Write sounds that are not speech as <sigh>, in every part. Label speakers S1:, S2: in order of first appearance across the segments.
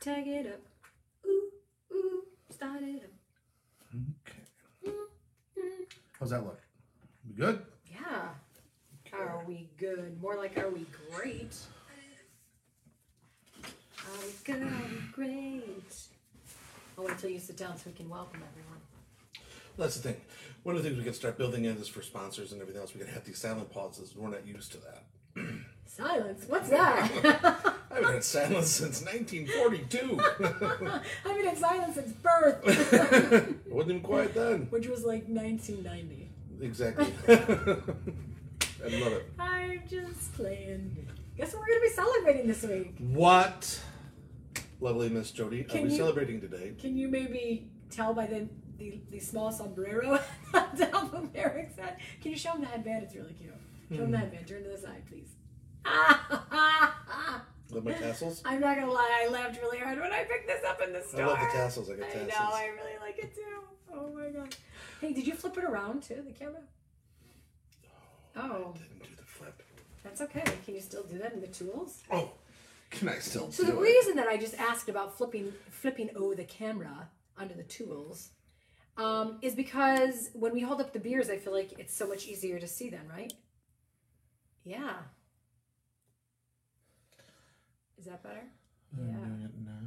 S1: Tag it up. Ooh, ooh, start it up.
S2: Okay.
S1: Mm-hmm.
S2: How's that look? We good?
S1: Yeah. Are we good? More like, are we great? Are we good? Are we great? I'll wait till you sit down so we can welcome everyone.
S2: That's the thing. One of the things we can start building in is for sponsors and everything else. We can have these silent pauses. We're not used to that.
S1: Silence? What's <laughs> that?
S2: I haven't had silence since 1942.
S1: I've been in silence since birth, <laughs>
S2: it <laughs> wasn't even quiet then.
S1: which was like 1990.
S2: <laughs> Exactly. I love it.
S1: I'm just playing. Guess what we're gonna be celebrating this week?
S2: What, lovely Miss Jody,
S1: Can
S2: are we
S1: you-
S2: celebrating today?
S1: Can you maybe tell by the the, the small sombrero <laughs> on top of Eric's head? Can you show him the headband? It's really cute. Show him the
S2: Hmm.
S1: headband. Turn to the side, please. <laughs> I'm
S2: Love my tassels?
S1: not gonna lie, I laughed really hard when I picked this up in the
S2: I
S1: store.
S2: love the tassels. I got
S1: I
S2: tassels.
S1: know, I really like it too. Oh my god. Hey, did you flip it around too, the camera? Oh,
S2: Didn't do the flip.
S1: that's okay. Can you still do that in the tools?
S2: Oh, can I still
S1: So
S2: do
S1: the
S2: it?
S1: reason that I just asked about flipping flipping over the camera under the tools um, is because when we hold up the beers, I feel like it's so much easier to see them, right? Yeah. Is that better?
S2: I'm
S1: Yeah.
S2: doing it now.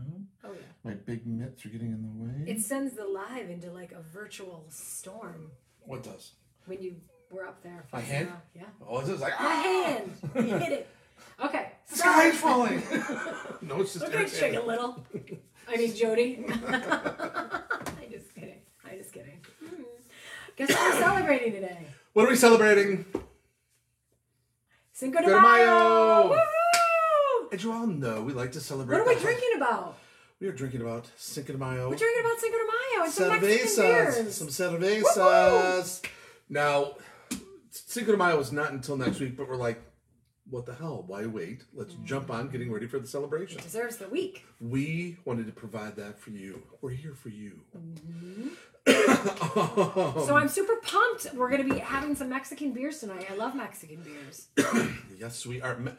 S1: Oh yeah.
S2: My big mitts are getting in the way.
S1: It sends the live into like a virtual storm
S2: What does?
S1: when you were up there.
S2: My
S1: fussing
S2: hand?
S1: around. Yeah.
S2: Oh, it's just like
S1: My
S2: <laughs> ah!
S1: hand. You hit it. Okay.
S2: The
S1: <laughs>
S2: sky's falling. no, it's just.
S1: Look at shake a
S2: entertaining.
S1: little. I mean, <laughs> Jody. I just kidding. I just kidding. Mm. Guess what we're celebrating today?
S2: What are we celebrating?
S1: Cinco de
S2: Cinco
S1: Mayo.
S2: de Mayo.
S1: Woo!
S2: As you all know, we like to celebrate.
S1: What are we
S2: the-
S1: drinking about?
S2: We are drinking about Cinco de Mayo.
S1: We're drinking about Cinco de Mayo and some Mexican
S2: cervezas.
S1: beers.
S2: Some cervezas. Now, Cinco de Mayo is not until next week, but we're like, what the hell? Why wait? Let's
S1: Mm.
S2: jump on getting ready for the celebration.
S1: Deserves the week.
S2: We wanted to provide that for you. We're here for you.
S1: so I'm super pumped. We're gonna be having some Mexican beers tonight. I love Mexican beers.
S2: Yes, we are. Me-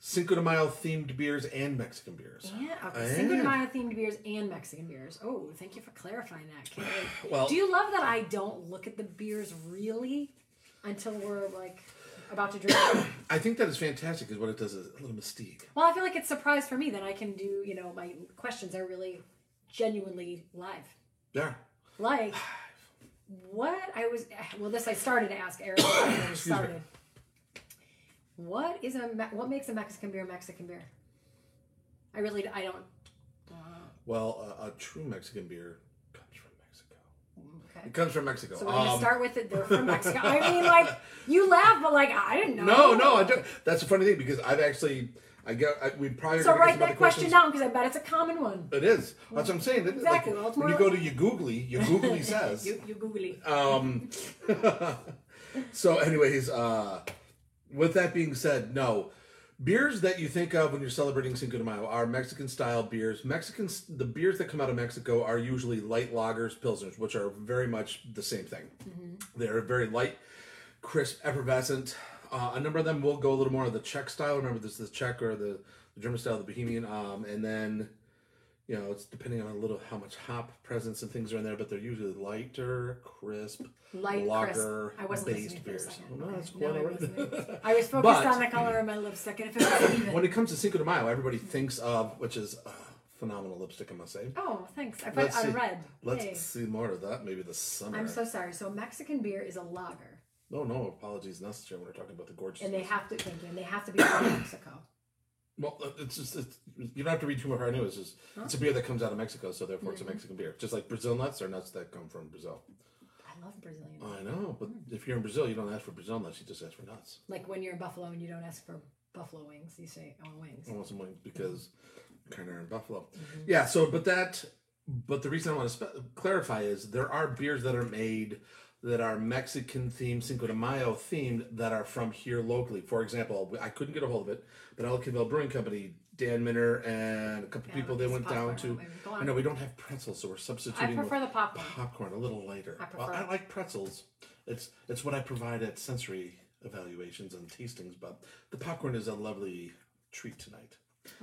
S2: Cinco de Mayo themed beers and Mexican beers.
S1: Yeah, okay. Cinco de
S2: And-
S1: Mayo themed beers and Mexican beers. Oh, thank you for clarifying that. Can't <sighs> <laughs> wait.
S2: Well-
S1: do you love that I don't look at the beers really until we're like about to
S2: <coughs>
S1: drink? them?
S2: I think that is fantastic. Is what it does is a little mystique.
S1: well, I feel like it's a surprise for me that I can do. You know, my questions are really genuinely live.
S2: Yeah.
S1: Like what I was. Well, this I started to ask Eric.
S2: <coughs>
S1: when we
S2: me.
S1: started. What is a Me- what makes a Mexican beer a Mexican beer? I really I don't.
S2: Well, uh, a true Mexican beer comes from Mexico.
S1: Mm, Okay.
S2: It comes from Mexico.
S1: So we're gonna
S2: Um,
S1: start with it. They're
S2: <laughs>
S1: from Mexico. I mean, like you laugh, but like I didn't know.
S2: No, no, I don't. That's a funny thing because I've actually, I get, I, we probably. are
S1: So
S2: gonna get
S1: write
S2: some other
S1: that question
S2: questions.
S1: down because I bet it's a common one.
S2: It is. That's what I'm saying. It-
S1: Exactly.
S2: like,
S1: Well, it's
S2: when you
S1: more
S2: go to your Googly, your
S1: <laughs>
S2: Googly says.
S1: You, you googly.
S2: Um, <laughs> so, anyways, uh, with that being said, no. Beers that you think of when you're celebrating Cinco de Mayo are Mexican style beers. Mexican, the beers that come out of Mexico are usually light lagers, pilsners, which are very much the same thing.
S1: Mm-hmm.
S2: They're very light, crisp, effervescent. Uh, a number of them will go a little more of the Czech style. Remember, this is the Czech or the, the German style, the Bohemian. Um, and then you know, it's depending on a little how much hop presence and things are in there, but they're usually lighter, crisp,
S1: Light
S2: lager,
S1: crisp. I wasn't listening
S2: based
S1: for a
S2: beers.
S1: second.
S2: Well, no,
S1: Okay.
S2: that's
S1: No,
S2: quite
S1: I
S2: all right. <laughs>
S1: wasn't. I was focused
S2: But-
S1: on the color of my lipstick, and if it
S2: <laughs>
S1: was even.
S2: When it comes to Cinco de Mayo, everybody thinks of which is uh, phenomenal lipstick, I must say.
S1: Oh, thanks. I put it
S2: Let's see.
S1: on red.
S2: Let's
S1: Hey.
S2: see more of that. Maybe this summer.
S1: I'm so sorry. So Mexican beer is a lager,
S2: no, no apologies necessary. when We're talking about the gorgeous.
S1: and they have to thank you, and they have to be from <coughs> Mexico.
S2: Well, uh, it's just it's, you don't have to read too much into it. It's just it's a beer that comes out of Mexico, so therefore it's a
S1: Mm-hmm.
S2: Mexican beer. Just like Brazil nuts are nuts that come from Brazil.
S1: I love Brazilian.
S2: I know, but
S1: Mm.
S2: if you're in Brazil, you don't ask for Brazil nuts. You just ask for nuts.
S1: Like when you're in Buffalo and you don't ask for buffalo wings, you say "I want wings."
S2: I want some wings because
S1: Mm-hmm.
S2: kind of in Buffalo. Yeah. So, but that, but the reason I want to spe- clarify is there are beers that are made that are Mexican themed, Cinco de Mayo themed, that are from here locally. For example, I couldn't get a hold of it, but Elkinville Brewing Company, Dan Minner, and a couple people they
S1: it's
S2: went down
S1: popcorn,
S2: to.
S1: maybe. Go
S2: I
S1: on.
S2: know we don't have pretzels, so we're
S1: I
S2: substituting.
S1: prefer the
S2: with
S1: popcorn.
S2: popcorn a little later.
S1: I
S2: Well,
S1: prefer-
S2: I like pretzels. It's it's what I provide at sensory evaluations and tastings, but the popcorn is a lovely treat tonight.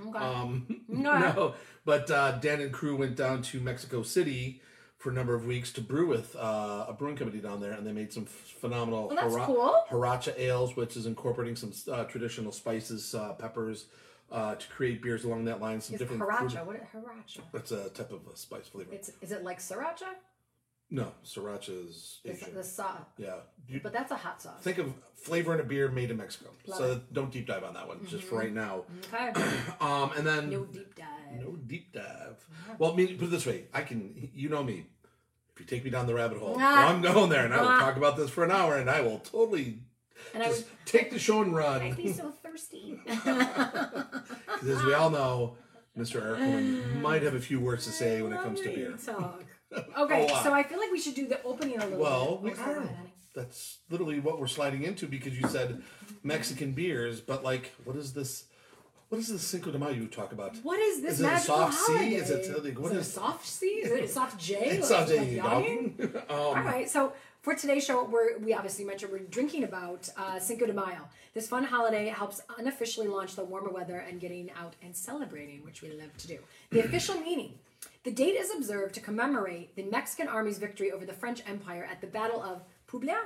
S1: Okay.
S2: Um,
S1: <laughs> No.
S2: no, but uh, Dan and crew went down to Mexico City for a number of weeks to brew with uh, a brewing company down there, and they made some f- phenomenal
S1: well, Oh, that's
S2: hara-
S1: cool.
S2: Haracha ales, which is incorporating some uh, traditional spices, uh, peppers, uh, to create beers along that line. Some
S1: It's
S2: different. fruit-
S1: Haracha. What is Haracha?
S2: That's a type of a spice flavor.
S1: It's is it like sriracha?
S2: no, sriracha is
S1: It's
S2: Asian.
S1: the sauce,
S2: yeah, you
S1: but that's a hot sauce.
S2: think of flavor in a beer made in Mexico.
S1: Love
S2: so don't deep dive on that one just for right now.
S1: Okay.
S2: <coughs> <clears throat> Um, and
S1: Mm-hmm.
S2: then
S1: No deep dive. Mm-hmm.
S2: No deep dive. Well, I mean, put it this way: I can, you know me. If you take me down the rabbit hole,
S1: Ah.
S2: I'm going there, and I will
S1: Ah. <laughs>
S2: talk about this for an hour, and I will totally
S1: And I
S2: just
S1: would
S2: take the show and
S1: <laughs> I'd
S2: run.
S1: be so thirsty.
S2: 'Cause as we all know, Mr. Eric
S1: <sighs>
S2: Holman might have a few words to say <laughs> when it comes to
S1: Love
S2: beer.
S1: you
S2: <laughs>
S1: Talk. Okay,
S2: lot.
S1: so I feel like we should do the opening a little
S2: Well,
S1: bit.
S2: we
S1: Oh, sorry,
S2: are.
S1: honey.
S2: That's literally what we're sliding into because you said Mexican beers, but like, what is this? What is this Cinco de Mayo you talk about?
S1: What is this
S2: Is it a
S1: magical
S2: soft C?
S1: holiday?
S2: Is it- like, what
S1: Is it a
S2: is-
S1: soft C? Is it a soft J?
S2: It's
S1: Like,
S2: not
S1: like
S2: a
S1: yawning?
S2: <laughs> dog. Uh,
S1: All right, so for today's show, we're, we obviously mentioned we're drinking about uh, Cinco de Mayo. This fun holiday helps unofficially launch the warmer weather and getting out and celebrating, which we love to do.
S2: Mm-hmm.
S1: The official meaning the date is observed to commemorate the Mexican army's victory over the French Empire at the Battle of Puebla.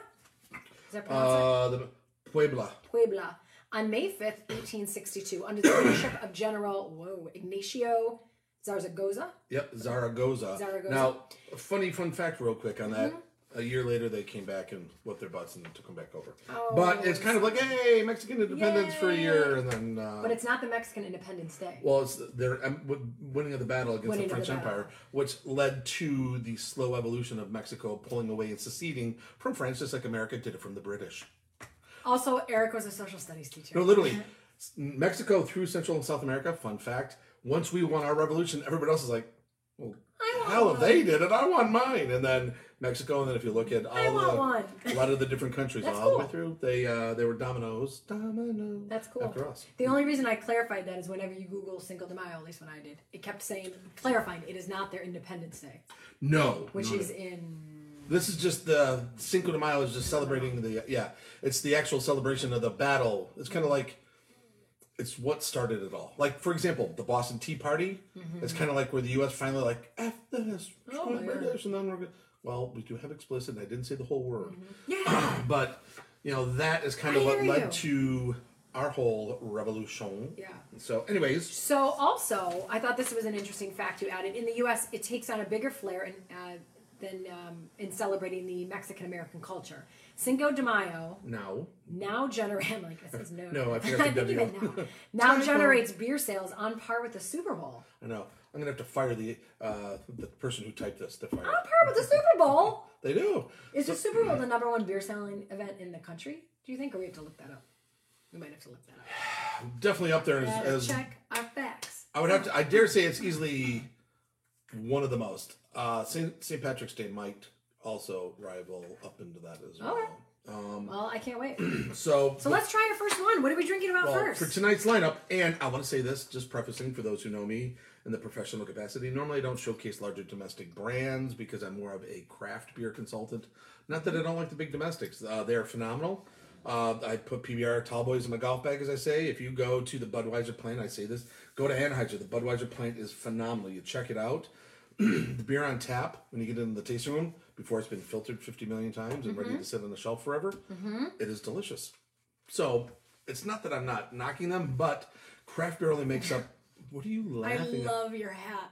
S1: Is that pronounced?
S2: Uh, the Puebla.
S1: Puebla on May 5th, 1862, under the leadership of General whoa, Ignacio Zarzagoza.
S2: Yep, Zaragoza.
S1: Zaragoza. Mm-hmm.
S2: Now, a funny fun fact, real quick on that. A year later, they came back and whipped their butts and took them back over.
S1: Oh,
S2: but it's kind of like, hey, Mexican independence for a year, and then. Uh,
S1: But it's not the Mexican Independence Day.
S2: well, it's their um, w- winning of the battle against
S1: Winning
S2: the
S1: of
S2: French
S1: the battle.
S2: Empire, which led to the slow evolution of Mexico pulling away and seceding from France, just like America did it from the British.
S1: Also, Eric was a social studies teacher.
S2: No, literally, s- Mexico through Central and South America. Fun fact: once we won our revolution, everybody else is like, "Well,
S1: want
S2: hell, if
S1: one.
S2: they did it, I want mine." And then Mexico, and then if you look at all
S1: I want
S2: the,
S1: one.
S2: <laughs> a lot of the different countries
S1: That's
S2: all the way
S1: cool.
S2: through, they uh, they were dominoes. Dominoes.
S1: That's cool.
S2: After us.
S1: The only reason I clarified that is whenever you Google Cinco de Mayo, at least when I did, it kept saying, clarifying, it is not their Independence Day,
S2: No,
S1: which
S2: no,
S1: is
S2: no.
S1: in.
S2: this is just the Cinco de Mayo is just celebrating the yeah. It's the actual celebration of the battle. It's kind of like. It's what started it all. Like, for example, the Boston Tea Party. It's kind of like where the U.S. finally like, "F this,
S1: Mm-hmm. Oh,
S2: join
S1: yeah.
S2: British," and then we're gonna, well, we do have explicit, and I didn't say the whole word,
S1: Yeah!
S2: but you know that is kind
S1: Mm-hmm. I
S2: of what
S1: hear
S2: led to our whole revolution.
S1: Yeah.
S2: So, anyways,
S1: So, also, I thought this was an interesting fact you added. In the U.S., it takes on a bigger flair in, uh, than um, in celebrating the Mexican American culture. Cinco de Mayo
S2: now
S1: now generates I'm <laughs> like <laughs> I says no.
S2: No, I forgot the
S1: think you
S2: W. <laughs>
S1: meant now. Now
S2: Typo.
S1: generates beer sales on par with the Super Bowl.
S2: I know I'm gonna have to fire the uh, the person who typed this. To fire.
S1: On par with the Super Bowl.
S2: They do.
S1: Is the Super Bowl the number one beer selling event in the country? Do you think, or we have to look that up? We might have to look that up.
S2: Definitely up there
S1: Gotta
S2: as, as
S1: check our facts.
S2: I would have to. I dare say it's easily one of the most. Uh, St. St. Patrick's Day might also rival up into that as well.
S1: Okay.
S2: Um,
S1: Well, I can't wait.
S2: So,
S1: So let's try our first one. What are we drinking about
S2: Well,
S1: first?
S2: for tonight's lineup, and I want to say this, just prefacing for those who know me in the professional capacity, normally I don't showcase larger domestic brands because I'm more of a craft beer consultant. Not that I don't like the big domestics, uh, they are phenomenal. Uh, I put PBR tall boys in my golf bag, as I say. If you go to the Budweiser plant, I say this, go to Anheuser. The Budweiser plant is phenomenal. You check it out. the beer on tap when you get into the tasting room before it's been filtered 50 million times and
S1: Mm-hmm.
S2: ready to sit on the shelf forever, it is delicious. So it's not that I'm not knocking them, but craft beer
S1: <laughs>
S2: only makes up. What are you
S1: I
S2: laughing at?
S1: love your hat.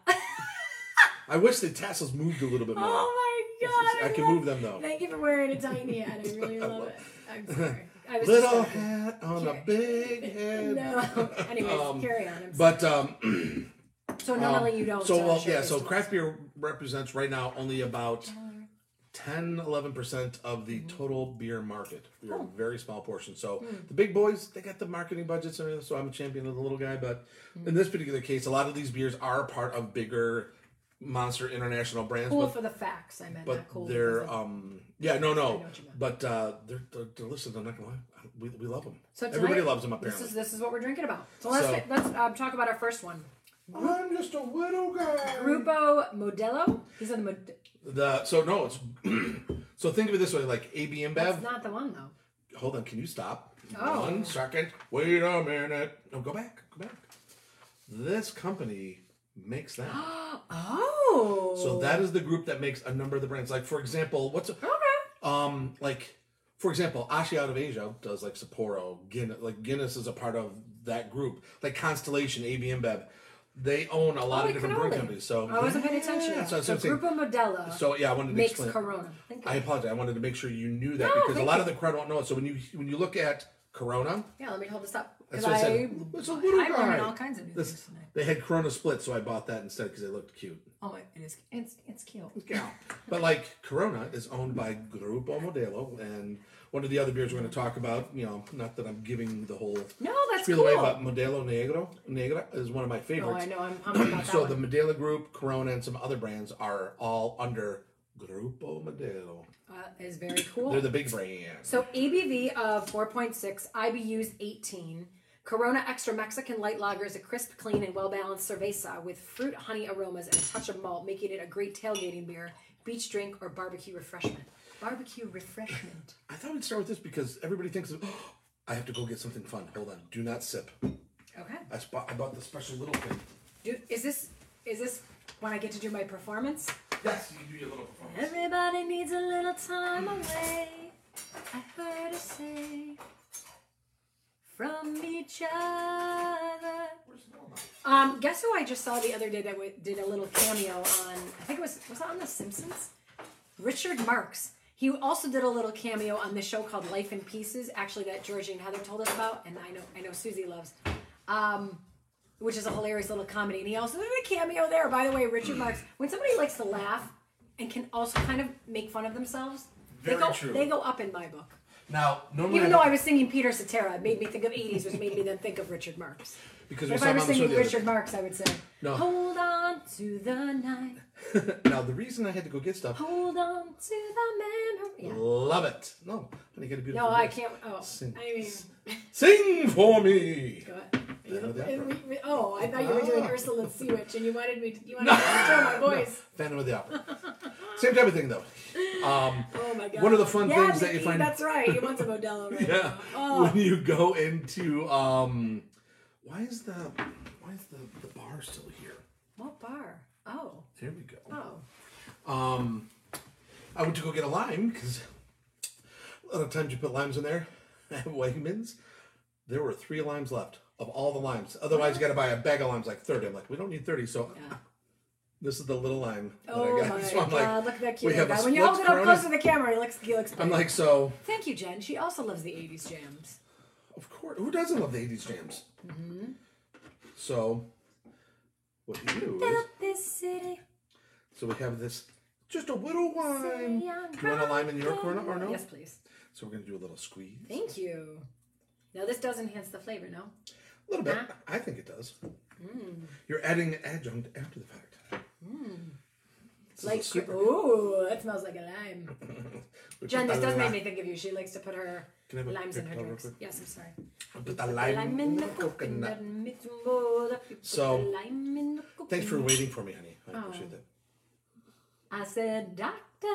S2: I wish the tassels moved a little bit
S1: <laughs>
S2: more.
S1: oh my god!
S2: I can
S1: love-
S2: move them though.
S1: Thank you for wearing a tiny hat. I
S2: <laughs>
S1: really love it. I'm sorry. I was
S2: Little
S1: just joking.
S2: hat on a
S1: Here.
S2: big head.
S1: <laughs> No. <laughs> Anyways, carry on. I'm
S2: But um,
S1: sorry. so not only you don't.
S2: so
S1: uh,
S2: well,
S1: share
S2: yeah.
S1: your
S2: So
S1: story.
S2: craft beer represents right now only about 10 11% of the
S1: Mm-hmm.
S2: total beer market we're
S1: Oh.
S2: a very small portion so
S1: Hmm.
S2: the big boys they got the marketing budgets and everything, so i'm a champion of the little guy but
S1: Hmm.
S2: in this particular case a lot of these beers are part of bigger monster international brands
S1: cool
S2: but,
S1: for the facts. I meant
S2: but
S1: not cool.
S2: they're
S1: because of-
S2: um yeah no no
S1: what you meant.
S2: but uh they're, they're, they're listening i'm not gonna lie we, we love them
S1: So tonight,
S2: everybody loves them
S1: this
S2: apparently
S1: is this is what we're drinking about. So let's
S2: So-
S1: let's um, talk about our first one.
S2: i'm just a widow guy
S1: Grupo Modelo. These are the Mod-
S2: the so no it's <clears throat> so think of it this way like ab imbev
S1: That's not the one though.
S2: Hold on, can you stop?
S1: Oh.
S2: One second. Wait a minute. No, go back. Go back. This company makes
S1: <gasps>
S2: that.
S1: oh.
S2: So that is the group that makes a number of the brands. Like for example, what's
S1: Okay.
S2: um like for example, Ashi out of Asia does like Sapporo, Guinness. Like Guinness is a part of that group. Like Constellation, AB InBev, they own a lot
S1: Oh,
S2: of
S1: like
S2: different brewing
S1: Canoli.
S2: companies. So
S1: I wasn't paying attention.
S2: Yeah,
S1: Yeah,
S2: so, that's what I'm saying.
S1: Grupo Modelo
S2: So, yeah, I wanted to
S1: makes
S2: explain.
S1: Corona. Thank you.
S2: I apologize. I wanted to make sure you knew that
S1: No,
S2: because a
S1: thank
S2: lot
S1: you.
S2: of the crowd won't know it. So when you when you look at Corona,
S1: yeah, let me hold this up.
S2: That's
S1: 'cause
S2: what I
S1: I,
S2: said. It's a little
S1: I'm learning
S2: guy.
S1: all kinds of new
S2: This-
S1: things tonight.
S2: they had Corona Split, so I bought that instead because it looked cute.
S1: Oh my, it is. It's it's cute. <laughs>
S2: Yeah. But like Corona is owned by Grupo Modelo, and one of the other beers we're going to talk about. You know, not that I'm giving the whole
S1: No, that's
S2: spiel
S1: cool.
S2: away, but Modelo Negro Negra is one of my
S1: oh,
S2: favorites.
S1: I know. I'm humble about that
S2: so
S1: one.
S2: the Modelo Group, Corona, and some other brands are all under Grupo Modelo.
S1: Uh, is very cool.
S2: They're the big brand.
S1: So ABV of 4.6, IBUs 18. Corona Extra Mexican Light Lager is a crisp, clean, and well-balanced cerveza with fruit, honey aromas, and a touch of malt, making it a great tailgating beer, beach drink, or barbecue refreshment. Barbecue refreshment.
S2: I thought we'd start with this because everybody thinks, of, <gasps> I have to go get something fun. Hold on, do not sip.
S1: Okay.
S2: I, spot, I bought the special little thing.
S1: Do, is this is this when I get to do my performance?
S2: Yes, you can do your little performance.
S1: Everybody needs a little time away. I heard her say from each other.
S2: Where's Norma?
S1: Um, guess who I just saw the other day that w- did a little cameo on? I think it was was that on The Simpsons? Richard Marx. He also did a little cameo on this show called Life in Pieces. Actually, that Georgie and Heather told us about, and I know I know Susie loves, um, which is a hilarious little comedy. And he also did a cameo there. By the way, Richard Marx. When somebody likes to laugh and can also kind of make fun of themselves,
S2: Very
S1: they go
S2: true.
S1: they go up in my book.
S2: Now, normally,
S1: Even though I was singing Peter Cetera, it made me think of '80s, which made me then think of Richard Marx.
S2: because we
S1: If
S2: saw
S1: I
S2: him
S1: was
S2: on the show
S1: singing
S2: the other
S1: Richard Marx, I would say,
S2: No.
S1: Hold on to the night,
S2: day. Now, the reason I had to go get stuff,
S1: hold on to the memory. Oh, Yeah.
S2: love it. No, honey, get a beautiful.
S1: No, I
S2: voice.
S1: can't. Oh,
S2: Sing.
S1: I mean,
S2: Sing for me.
S1: go
S2: Phantom of the
S1: ahead.
S2: Opera.
S1: We- we- Oh, I thought you were doing
S2: Ah.
S1: Ursula Sea Witch, and you wanted me. To, you wanted me to control my voice.
S2: Phantom of the Opera. Same type of thing, though.
S1: <laughs>
S2: Um,
S1: Oh my god.
S2: One of the fun
S1: Yeah,
S2: things that you
S1: Mickey,
S2: find-
S1: That's right. You want some Modelo right
S2: yeah.
S1: now. Oh,
S2: <laughs> When you go into, um, why is the why is the, the bar still here?
S1: what bar? Oh,
S2: There we go.
S1: oh.
S2: Um, I went to go get a lime because a lot of times you put limes in there <laughs> at Wegmans. There were three limes left of all the limes. Otherwise, you got to buy a bag of limes, like thirty. I'm like, we don't need thirty. So
S1: Yeah.
S2: <laughs> this is the little lime that
S1: Oh
S2: I got.
S1: my
S2: <laughs> so I'm
S1: god!
S2: like,
S1: look at that
S2: we
S1: cute
S2: have
S1: little
S2: a
S1: guy. When you
S2: split
S1: hold it up
S2: Corona.
S1: close to the camera, he looks. He looks.
S2: I'm
S1: big.
S2: like, so
S1: Thank you, Jen. She also loves the '80s jams.
S2: of course, who doesn't love the '80s jams?
S1: Mm-hmm.
S2: So what we do is,
S1: This city.
S2: so we have this just a little lime. You want a lime in your corner or no?
S1: Yes, please.
S2: So we're gonna do a little squeeze.
S1: Thank you. Now this does enhance the flavor, no?
S2: A little bit. I think it does. You're adding an adjunct after the fact. This is a
S1: Hmm. Like,
S2: super-
S1: oh, that smells like a lime.
S2: we
S1: Jen,
S2: put
S1: this
S2: the
S1: does
S2: lime-
S1: make me think of you. She likes to put her
S2: Can I have a
S1: limes in her
S2: pickle real
S1: drinks.
S2: quick?
S1: Yes, I'm sorry.
S2: Put the lime,
S1: Lime
S2: in the coconut.
S1: mix 'em all up. You put
S2: So,
S1: the lime in the
S2: Thanks for
S1: coconut.
S2: waiting for me, honey. I
S1: Oh.
S2: appreciate that.
S1: I said, doctor.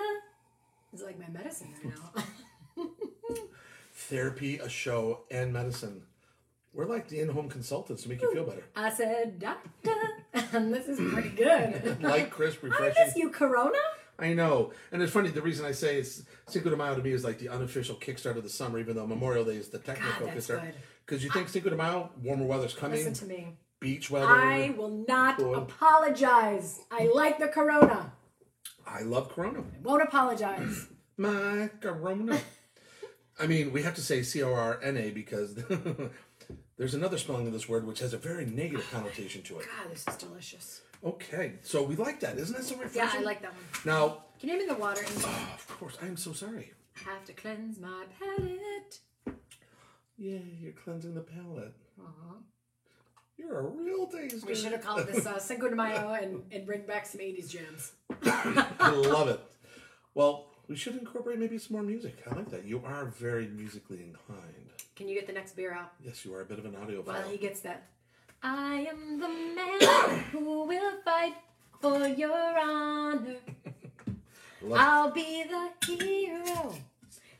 S1: It's like my medicine right now. <laughs>
S2: Therapy, a show, and medicine. We're like the in-home consultants to make you feel better.
S1: I said, doctor, <laughs> and this is pretty
S2: <laughs>
S1: good. <laughs>
S2: Light, crisp,
S1: I
S2: refreshing.
S1: miss you, Corona.
S2: I know, and it's funny. The reason I say it's Cinco de Mayo to me is like the unofficial kickstart of the summer, even though Memorial Day is the technical
S1: that's
S2: kickstart.
S1: good.
S2: Because you think Cinco de Mayo, warmer weather's coming,
S1: Listen to me.
S2: beach weather.
S1: I will not
S2: Boy.
S1: apologize. I like the Corona.
S2: I love Corona.
S1: Won't apologize.
S2: My Corona. I mean, we have to say C O R N A because <laughs> there's another spelling of this word which has a very negative connotation to it.
S1: <clears throat> God, this is delicious.
S2: Okay, so we like that. Isn't that so
S1: Yeah,
S2: refreshing?
S1: I like that one.
S2: Now,
S1: Can you name me the water? And
S2: oh, of course, I am so sorry.
S1: have to cleanse my palate.
S2: Yeah, you're cleansing the palate.
S1: Aw.
S2: You're a real taster.
S1: Uh-huh. We should have called this <laughs> uh, Cinco de Mayo and, and bring back some 80s jams.
S2: I love it. Well, we should incorporate maybe some more music. I like that. You are very musically inclined.
S1: Can you get the next beer out
S2: Yes, you are a bit of an audiophile.
S1: while he gets that? I am the man <coughs> who will fight for your honor.
S2: Love-
S1: I'll be the hero.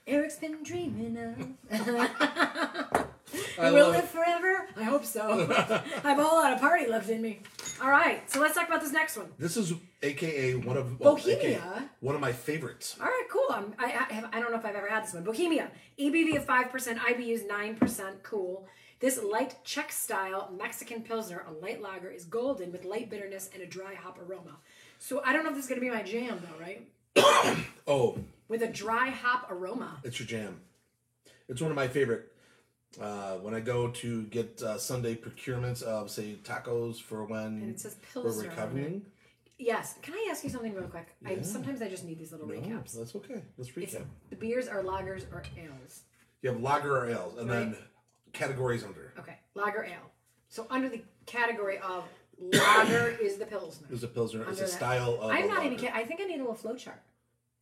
S1: Eric's been dreaming of.
S2: <laughs> I
S1: will
S2: love
S1: live
S2: it.
S1: forever? I hope so.
S2: <laughs>
S1: I'm all out of party left in me. All right, so let's talk about this next one.
S2: This is AKA one of
S1: Bohemia?
S2: AKA one of my favorites.
S1: All right, cool. I'm, I, I, have, I don't know if I've ever had this one. Bohemia, ABV of 5%, IBU is 9%. Cool. This light Czech style Mexican Pilsner, a light lager, is golden with light bitterness and a dry hop aroma. So I don't know if this is going to be my jam, though, right?
S2: Oh,
S1: With a dry hop aroma.
S2: it's your jam. It's one of my favorite. Uh, when I go to get uh, Sunday procurements of say tacos for when
S1: It says
S2: we're
S1: Pilsner. on it.
S2: recovering,
S1: Yes. Can I ask you something real quick? I, sometimes I just need these little
S2: No,
S1: recaps.
S2: Oh, that's okay. Let's recap.
S1: It's, the beers are lagers or ales.
S2: You have lager or ales, and then
S1: Right.
S2: categories under.
S1: Okay, lager ale. So under the category of
S2: <coughs>
S1: lager is the Pilsner.
S2: There's a pilsner. It's
S1: Under
S2: a
S1: that.
S2: style of. a
S1: I'm not even
S2: lager.
S1: kidding. I think I need a little flow chart.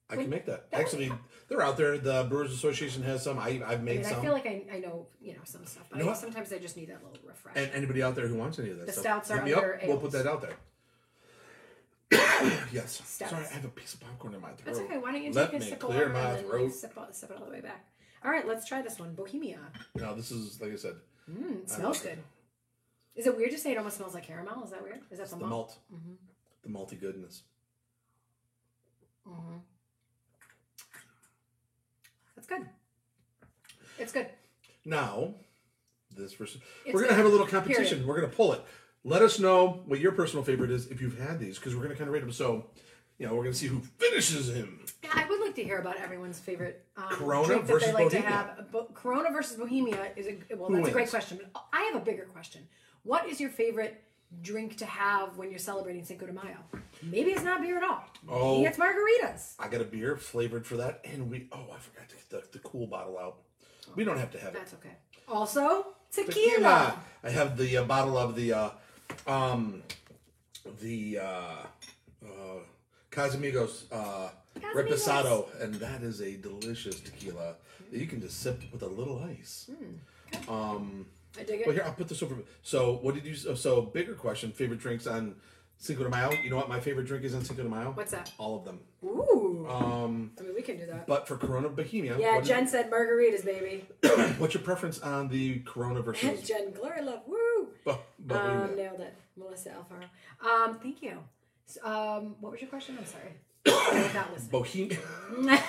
S2: I can make that. Actually, they're out there. The Brewers Association has some. I, I've
S1: I
S2: made
S1: mean, I
S2: some.
S1: feel like I, I know, you know, some stuff, but
S2: You know
S1: I,
S2: what?
S1: sometimes I just need that little refresh.
S2: and anybody out there who wants any of that
S1: The
S2: stuff,
S1: stouts are
S2: hit me
S1: under
S2: up. We'll put
S1: ales.
S2: that out there. <coughs> yes.
S1: Stouts.
S2: Sorry, I have a piece of popcorn in my throat.
S1: That's okay. Why don't you
S2: Let
S1: take a
S2: me
S1: sip of
S2: clear
S1: water
S2: my
S1: and then like,
S2: throat.
S1: sip, all- sip it all the way back? All right, let's try this one. Bohemia.
S2: No, this is like I said.
S1: Mm, it smells
S2: like
S1: good. Is it weird to say it almost smells like caramel? Is that weird? Is that the
S2: The
S1: malt?
S2: malt, the malty goodness.
S1: Mm-hmm. That's good. It's good.
S2: Now, this versus
S1: It's
S2: we're gonna
S1: good.
S2: have a little competition. We're gonna pull it. Let us know what your personal favorite is if you've had these, because we're gonna kind of rate them. So, you know, we're gonna see who finishes him.
S1: Yeah, I would like to hear about everyone's favorite um,
S2: Corona
S1: drink that
S2: versus
S1: they like to
S2: Bohemia.
S1: have. Bo- Corona versus Bohemia is a well,
S2: Who
S1: that's a great
S2: wins?
S1: question. But I have a bigger question. What is your favorite drink to have when you're celebrating Cinco de Mayo? Maybe it's not beer at all.
S2: Oh.
S1: Maybe it's margaritas.
S2: I got a beer flavored for that, and we oh I forgot to get the, the cool bottle out. We don't have to have it.
S1: That's okay. Also, tequila.
S2: Tequila. I have the uh, bottle of the uh, um the uh, uh, Casamigos uh, reposado, and that is a delicious tequila that you can just sip with a little ice.
S1: Mm. I dig it.
S2: Well, here I'll put this over. So, what did you? So, bigger question: favorite drinks on Cinco de Mayo? You know what my favorite drink is on Cinco de Mayo?
S1: What's that?
S2: All of them.
S1: Ooh.
S2: Um,
S1: I mean, we can do that.
S2: but for Corona Bohemia,
S1: Yeah,
S2: what is-
S1: Jen said margaritas, baby. <coughs>
S2: <coughs> What's your preference on the Corona
S1: <laughs>
S2: versus
S1: Jen, glory love. Woo.
S2: Bo- Bohemia?
S1: Um, nailed it, Melissa Alfaro. Um, thank you. S- Um, what was your question? I'm sorry. <coughs> I was not listening.
S2: Bohemia.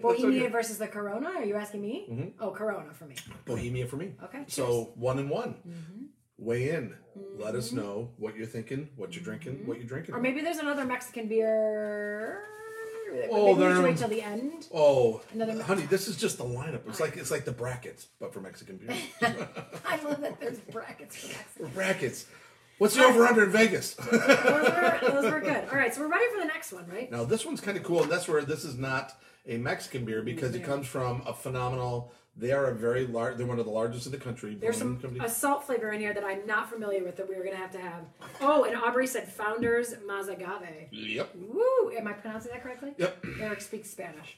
S1: Bohemia versus the Corona? Are you asking me? Oh, Corona for me.
S2: Bohemia for me.
S1: Okay, Mm-hmm.
S2: So one and one. Weigh in. Let us know what you're thinking, what you're drinking, what you're drinking.
S1: Or maybe there's another Mexican beer.
S2: Oh,
S1: maybe we
S2: there-
S1: should wait till the end.
S2: Oh,
S1: Another-
S2: honey, this is just the lineup. It's like it's like the brackets, but for Mexican
S1: <laughs>
S2: beer.
S1: I love that there's brackets for Mexican.
S2: brackets. What's the over under in Vegas?
S1: Those were, those were good. All right, so we're ready for the next one, right?
S2: now this one's kind of cool, and that's where this is not a Mexican beer because it comes from a phenomenal. They are a very large. They're one of the largest in the country.
S1: There's
S2: brewing
S1: some
S2: company.
S1: a salt flavor in here that I'm not familiar with that we were going to have to have. Oh, and Aubrey said Founders Mazagave.
S2: Yep.
S1: Woo! Am I pronouncing that correctly?
S2: Yep.
S1: Eric speaks Spanish.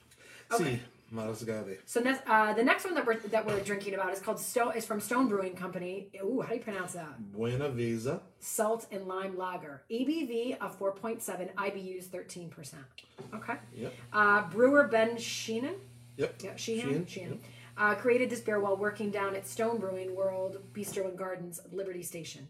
S2: See, Maras Agave.
S1: So next, uh, the next one that we're that we're drinking about is called Stone. Is from Stone Brewing Company. Ooh, how do you pronounce that?
S2: Buena Visa.
S1: Salt and lime lager. ABV of 4.7. IBUs 13 percent. Okay.
S2: Yep.
S1: Uh, brewer Ben Sheenan.
S2: Yep.
S1: Yeah, Sheehan.
S2: Sheehan,
S1: Sheehan. Uh, created this beer while working down at Stone Brewing World Bistro and Gardens, Liberty Station.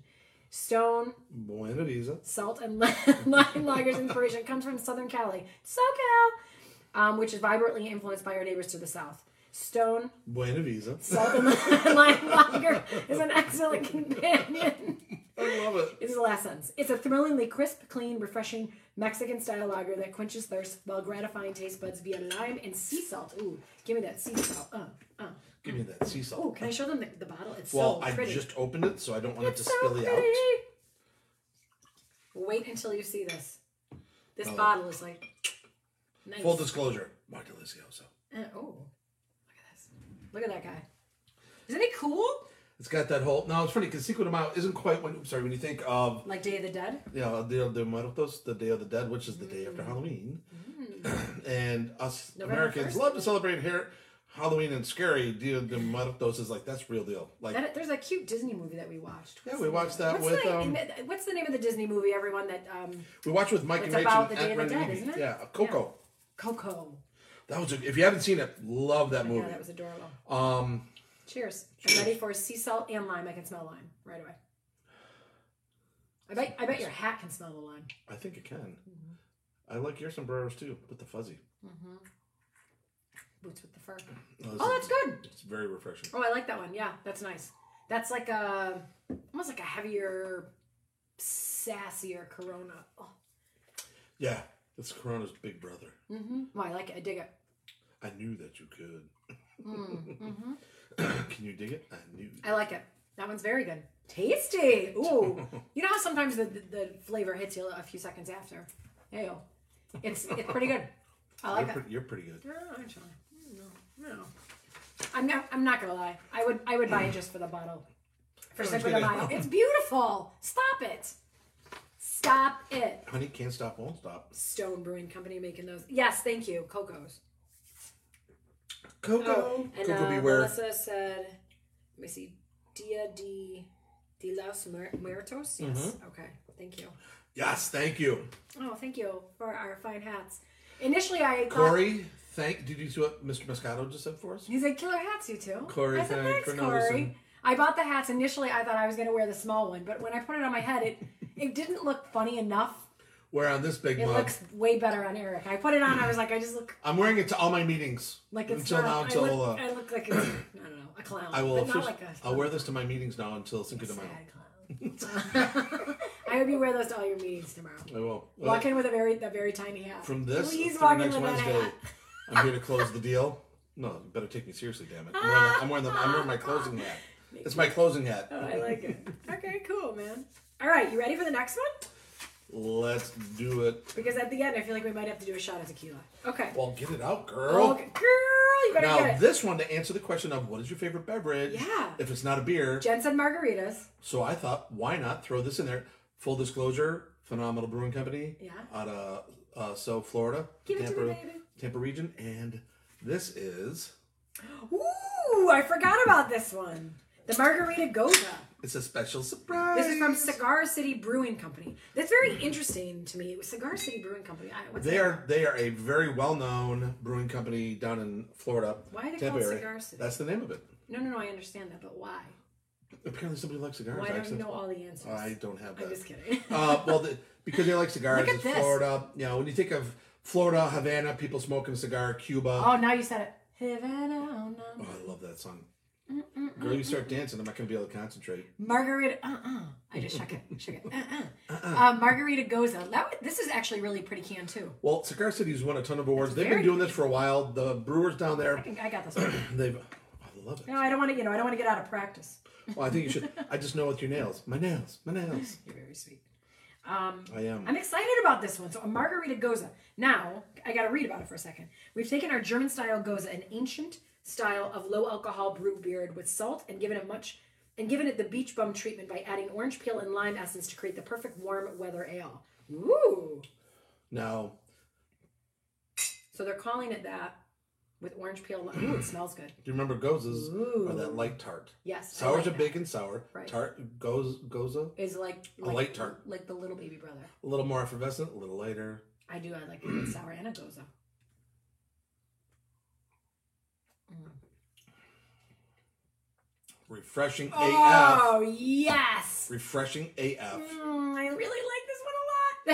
S1: Stone
S2: Buena Visa.
S1: salt and <laughs> lime lager's inspiration comes from Southern Cali, SoCal, um, which is vibrantly influenced by our neighbors to the south. Stone
S2: Buena Visa.
S1: salt and <laughs> lime lager is an excellent companion.
S2: I love it.
S1: This is the last sentence. It's a thrillingly crisp, clean, refreshing Mexican style lager that quenches thirst while gratifying taste buds via lime and sea salt. Ooh, give me that sea salt. Uh, uh.
S2: Give me that sea
S1: Oh,
S2: salt.
S1: can I show them the, the bottle? It's
S2: well,
S1: so
S2: I
S1: pretty.
S2: just opened it, so I don't want
S1: it's
S2: it to
S1: so
S2: spill
S1: pretty.
S2: out.
S1: Wait until you see this. This
S2: Oh.
S1: bottle is like nice.
S2: Full disclosure, my delicioso.
S1: Uh, oh, look at this! Look at that guy. Isn't he cool?
S2: It's got that whole. Now it's funny because Cinco de Mayo isn't quite when. Sorry, when you think of
S1: Like Day of the Dead.
S2: you know, Dia de Muertos, the Day of the Dead, which is the day after Halloween, <clears throat> and us
S1: Mm. November
S2: Americans
S1: 1st.
S2: love to celebrate here. Halloween and scary Dia de Muertos is like that's real deal. Like
S1: That, there's a cute Disney movie that we watched.
S2: Yeah, we watched that
S1: what's
S2: with,
S1: The,
S2: um,
S1: what's the name of the Disney movie? Everyone that um,
S2: we watch with Mike
S1: It's
S2: and Rachel.
S1: about the
S2: and
S1: Day of the
S2: Aunt
S1: Dead,
S2: Renee.
S1: isn't it?
S2: Yeah, Coco.
S1: Coco.
S2: That was a, if you haven't seen it, love that movie.
S1: Yeah, that was adorable.
S2: Um,
S1: Cheers. I'm ready for sea salt and lime. I can smell lime right away. I bet I bet your hat can smell the lime.
S2: I think it can.
S1: Mm-hmm.
S2: I like your sombreros too, with the fuzzy.
S1: Boots with the fur.
S2: Oh, this
S1: Oh,
S2: is-
S1: that's good.
S2: it's very refreshing.
S1: Oh, I like that one. Yeah, that's nice. That's like a almost like a heavier, sassier Corona. Oh,
S2: Yeah, it's Corona's big brother.
S1: mm-hmm. oh I like it. I dig it.
S2: I knew that you could.
S1: Mm-hmm.
S2: <coughs> Can you dig it? I knew.
S1: I like it. That one's very good. Tasty.
S2: <laughs>
S1: Ooh. You know how sometimes the, the, the flavor hits you a few seconds after. Hey, it's it's pretty good. I like
S2: you're,
S1: it.
S2: pretty, you're pretty good.
S1: No, actually, no, no. I'm not. I'm not gonna lie. I would. I would buy it just for the bottle. For
S2: I'm
S1: sip of the
S2: kidding.
S1: bottle.
S2: <laughs>
S1: It's beautiful. Stop it. Stop it.
S2: Honey can't stop, won't stop.
S1: Stone Brewing Company making those. Yes, thank you. Coco's.
S2: Coco,
S1: and
S2: Coco
S1: uh,
S2: beware.
S1: Melissa said, "Let me see. Dia de de los Muer- Muertos. Yes.
S2: Mm-hmm.
S1: Okay. Thank you.
S2: Yes, thank you,
S1: Oh, thank you for our fine hats. Initially, I thought
S2: Corey. Thank. Did you see what Mr. Moscato just said for us?
S1: He's like, killer hats, you two.
S2: Corey,
S1: I said,
S2: thank
S1: thanks,
S2: for
S1: Corey.
S2: noticing.
S1: I bought the hats initially. I thought I was going to wear the small one, but when I put it on my head, it it didn't look funny enough.
S2: We're on this big
S1: It
S2: mug.
S1: looks way better on Eric. I put it on. I was like, I just look
S2: I'm wearing it to all my meetings.
S1: like it's
S2: until now,
S1: not,
S2: until
S1: I, look,
S2: uh,
S1: I look like it's, I don't know a clown.
S2: I will.
S1: but not
S2: Offici-
S1: like a
S2: I'll wear this to my meetings now until Cinco de Mayo.
S1: sad clown. <laughs> I hope you wear those to all your meetings tomorrow.
S2: I will. Well,
S1: Walk in with a very the very tiny hat.
S2: Uh, From this
S1: please
S2: through
S1: walk in
S2: next
S1: with that
S2: Wednesday,
S1: hat. <laughs>
S2: I'm here to close the deal. No, you better take me seriously, damn it. I'm wearing, I'm wearing, the, I'm wearing my closing
S1: <laughs>
S2: hat. It's my closing hat.
S1: Oh, I like it. Okay, cool, man. All right, you ready for the next one?
S2: Let's do it.
S1: Because at the end, I feel like we might have to do a shot of tequila. Okay.
S2: Well, get it out, girl.
S1: Okay. Girl, you better
S2: Now,
S1: get it.
S2: this one to answer the question of what is your favorite beverage?
S1: Yeah.
S2: If it's not a beer.
S1: Jen said margaritas.
S2: So I thought, why not throw this in there? Full disclosure, Phenomenal Brewing Company
S1: Yeah.
S2: out of uh, so Florida,
S1: Give it to
S2: Tampa,
S1: me, baby.
S2: Tampa region, and this is
S1: Ooh, I forgot about this one. The margarita goza.
S2: it's a special surprise.
S1: This is from Cigar City Brewing Company. That's very interesting to me. Cigar City Brewing Company. I, what's
S2: They
S1: that?
S2: are they are a very well known brewing company down in Florida.
S1: Why are they
S2: Tampa
S1: called
S2: area.
S1: Cigar City?
S2: That's the name of it.
S1: No, no, no. I understand that, but why?
S2: Apparently, somebody likes cigars.
S1: Why don't you
S2: actually.
S1: know all the answers?
S2: I don't have that.
S1: I'm just kidding. <laughs>
S2: uh, well, the, because they like cigars,
S1: Look at
S2: it's
S1: this.
S2: Florida. You know, when you think of Florida, Havana, people smoking a cigar, Cuba.
S1: oh, now you said it. Havana, oh,
S2: Oh,
S1: no.
S2: I love that song.
S1: Mm,
S2: Girl, you start dancing, I'm not going to be able to concentrate.
S1: Margarita. Uh uh I just shook it. Shook it. Uh uh. Uh, margarita goza. That, w- this is actually really pretty can too.
S2: Well, Cigar City's won a ton of awards. They've been
S1: very
S2: doing this for a while. The brewers down there, <clears throat>
S1: I got this one.
S2: they've. oh, I love it.
S1: No, I don't want to. You know, I don't want to get out of practice.
S2: Well, I think you should. I just know with your nails. My nails.
S1: <laughs>
S2: My nails.
S1: You're very sweet. Um,
S2: I am.
S1: I'm excited about this one. So a margarita goza. Now I got to read about it for a second. We've taken our German style goza, an ancient style of low alcohol brew beer with salt, and given it much, and given it the beach bum treatment by adding orange peel and lime essence to create the perfect warm weather ale. Ooh.
S2: Now,
S1: So they're calling it that with orange peel. and lime. Ooh, it smells good.
S2: do you remember gozas
S1: Ooh.
S2: or that light tart?
S1: Yes. I
S2: Sour's
S1: like
S2: a
S1: that.
S2: big and sour.
S1: Right.
S2: Tart goes goza.
S1: Is like, like
S2: light tart.
S1: like the little baby brother.
S2: A little more effervescent, a little lighter.
S1: I do. I like a good sour and a goza.
S2: Refreshing AF.
S1: Oh yes.
S2: Refreshing AF.
S1: Mm, I really like this one a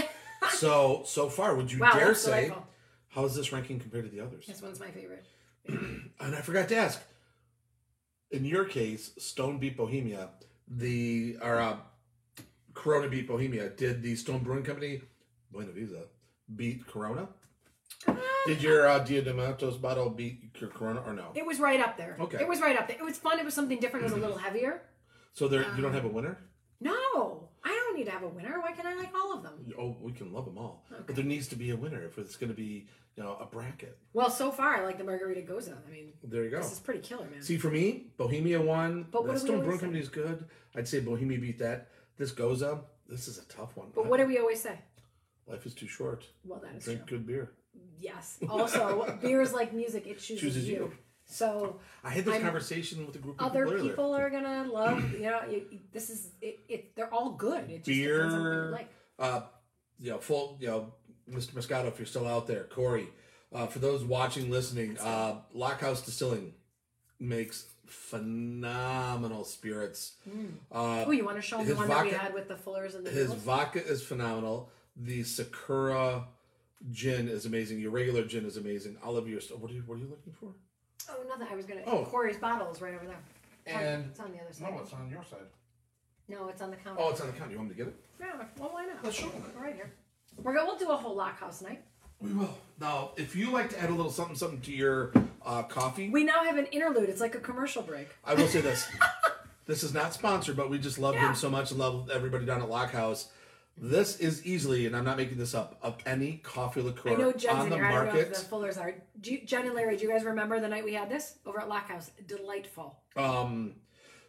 S1: lot. <laughs>
S2: So so far, would you
S1: wow,
S2: dare
S1: that's
S2: say
S1: delightful.
S2: how is this ranking compared to the others?
S1: This one's my favorite.
S2: And I forgot to ask. In your case, Stone beat Bohemia. The or uh, Corona beat Bohemia. Did the Stone Brewing Company, Buena Vista, beat Corona?
S1: Ah,
S2: Did your uh, Dia de Muertos bottle beat your Corona or no?
S1: It was right up there.
S2: Okay.
S1: It was right up there. It was fun. It was something different. It was a little heavier.
S2: So there, you
S1: Um,
S2: don't have a winner.
S1: No, I don't need to have a winner. Why can't I like all of them?
S2: Oh, we can love them all, but there needs to be a winner if it's going to be, you know, a bracket.
S1: Well, so far I like the margarita goza. I mean,
S2: There you go.
S1: this is pretty killer, man.
S2: See, for me, Bohemia won.
S1: But what do
S2: that
S1: we
S2: Stone
S1: always
S2: Brewing
S1: say?
S2: Company is good. I'd say Bohemia beat that. This goes up. This is a tough one.
S1: but what do we always say?
S2: Life is too short.
S1: Well, that is
S2: Drink
S1: true.
S2: good beer.
S1: Yes. Also, <laughs> beer is like music; it chooses,
S2: Chooses
S1: you.
S2: you.
S1: So
S2: I had this
S1: I'm-
S2: conversation with a group of
S1: other
S2: people earlier.
S1: people are gonna love. You know, you, you- this is it, it. They're all good. It just depends on what you
S2: beer.
S1: like.
S2: Uh, you know, full. You know, Mr. Moscato, if you're still out there, Corey. Uh, for those watching, listening, uh, Lockhouse Distilling, makes phenomenal spirits. Uh,
S1: Oh, you want to show them the
S2: his
S1: one that
S2: vodka-
S1: we had with the Fullers and the
S2: his
S1: Noodles?
S2: vodka is phenomenal. The Sakura gin is amazing. Your regular gin is amazing. All of your st- what are you what are you looking for?
S1: Oh, nothing. I was gonna.
S2: Oh.
S1: Corey's bottle is right over there. It's on-
S2: And-
S1: it's on the other side.
S3: No, it's on your side.
S1: No, it's on the counter.
S2: Oh, it's on the counter. You want me to get it?
S1: Yeah, well, why not?
S2: Let's show them.
S1: All right here. We're gonna we'll do a whole lock house night.
S2: We will. Now, if you like to add a little something something to your uh, coffee,
S1: We now have an interlude. It's like a commercial break.
S2: I will
S3: <laughs>
S2: say this. this is not sponsored, but we just love
S1: Yeah.
S2: him so much and love everybody down at Lockhouse. This is easily, and I'm not making this up, of any coffee liqueur
S1: I know Jen's
S2: on
S1: in
S2: the
S1: here. I don't know if the
S2: market.
S1: Fullers are. Do you, Jen and Larry, do you guys remember the night we had this over at Lock House? Delightful.
S2: Um,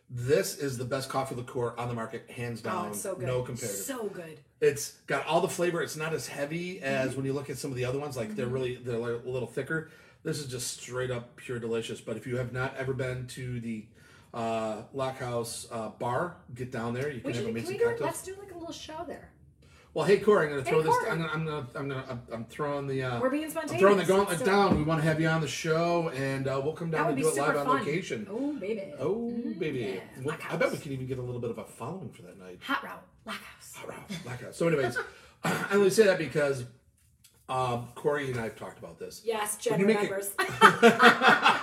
S2: this is the best coffee liqueur on the market, hands down.
S1: Oh, it's so good.
S2: No comparative.
S1: So good.
S2: it's got all the flavor. It's not as heavy as
S1: Mm-hmm.
S2: when you look at some of the other ones. Like they're really they're like a little thicker. This is just straight up pure delicious. But if you have not ever been to the uh, Lockhouse uh, bar, get down there. You
S1: We
S2: can have
S1: should, can
S2: amazing
S1: we do it?
S2: cocktails.
S1: Let's do like a little show there.
S2: Well, hey Corey, I'm gonna throw this.
S1: Corey.
S2: I'm gonna, I'm gonna, I'm gonna, I'm, I'm throwing the. Uh,
S1: We're being
S2: I'm
S1: spontaneous.
S2: throwing the gauntlet
S1: So-
S2: down. We want to have you on the show, and uh, we'll come
S1: That
S2: down
S1: would
S2: and
S1: be
S2: do it
S1: super
S2: live
S1: fun.
S2: on location.
S1: Oh baby.
S2: Oh, baby!
S1: yeah.
S2: Well, I
S1: Lockhouse.
S2: bet we can even get a little bit of a following for that night.
S1: Hot route. Lock House.
S2: Hot route, blackout. So, anyways, <clears throat> I only say that because um, Corey and I have talked about this.
S1: Yes, Jen
S2: you make it- <laughs> Oh,
S1: remembers. <laughs>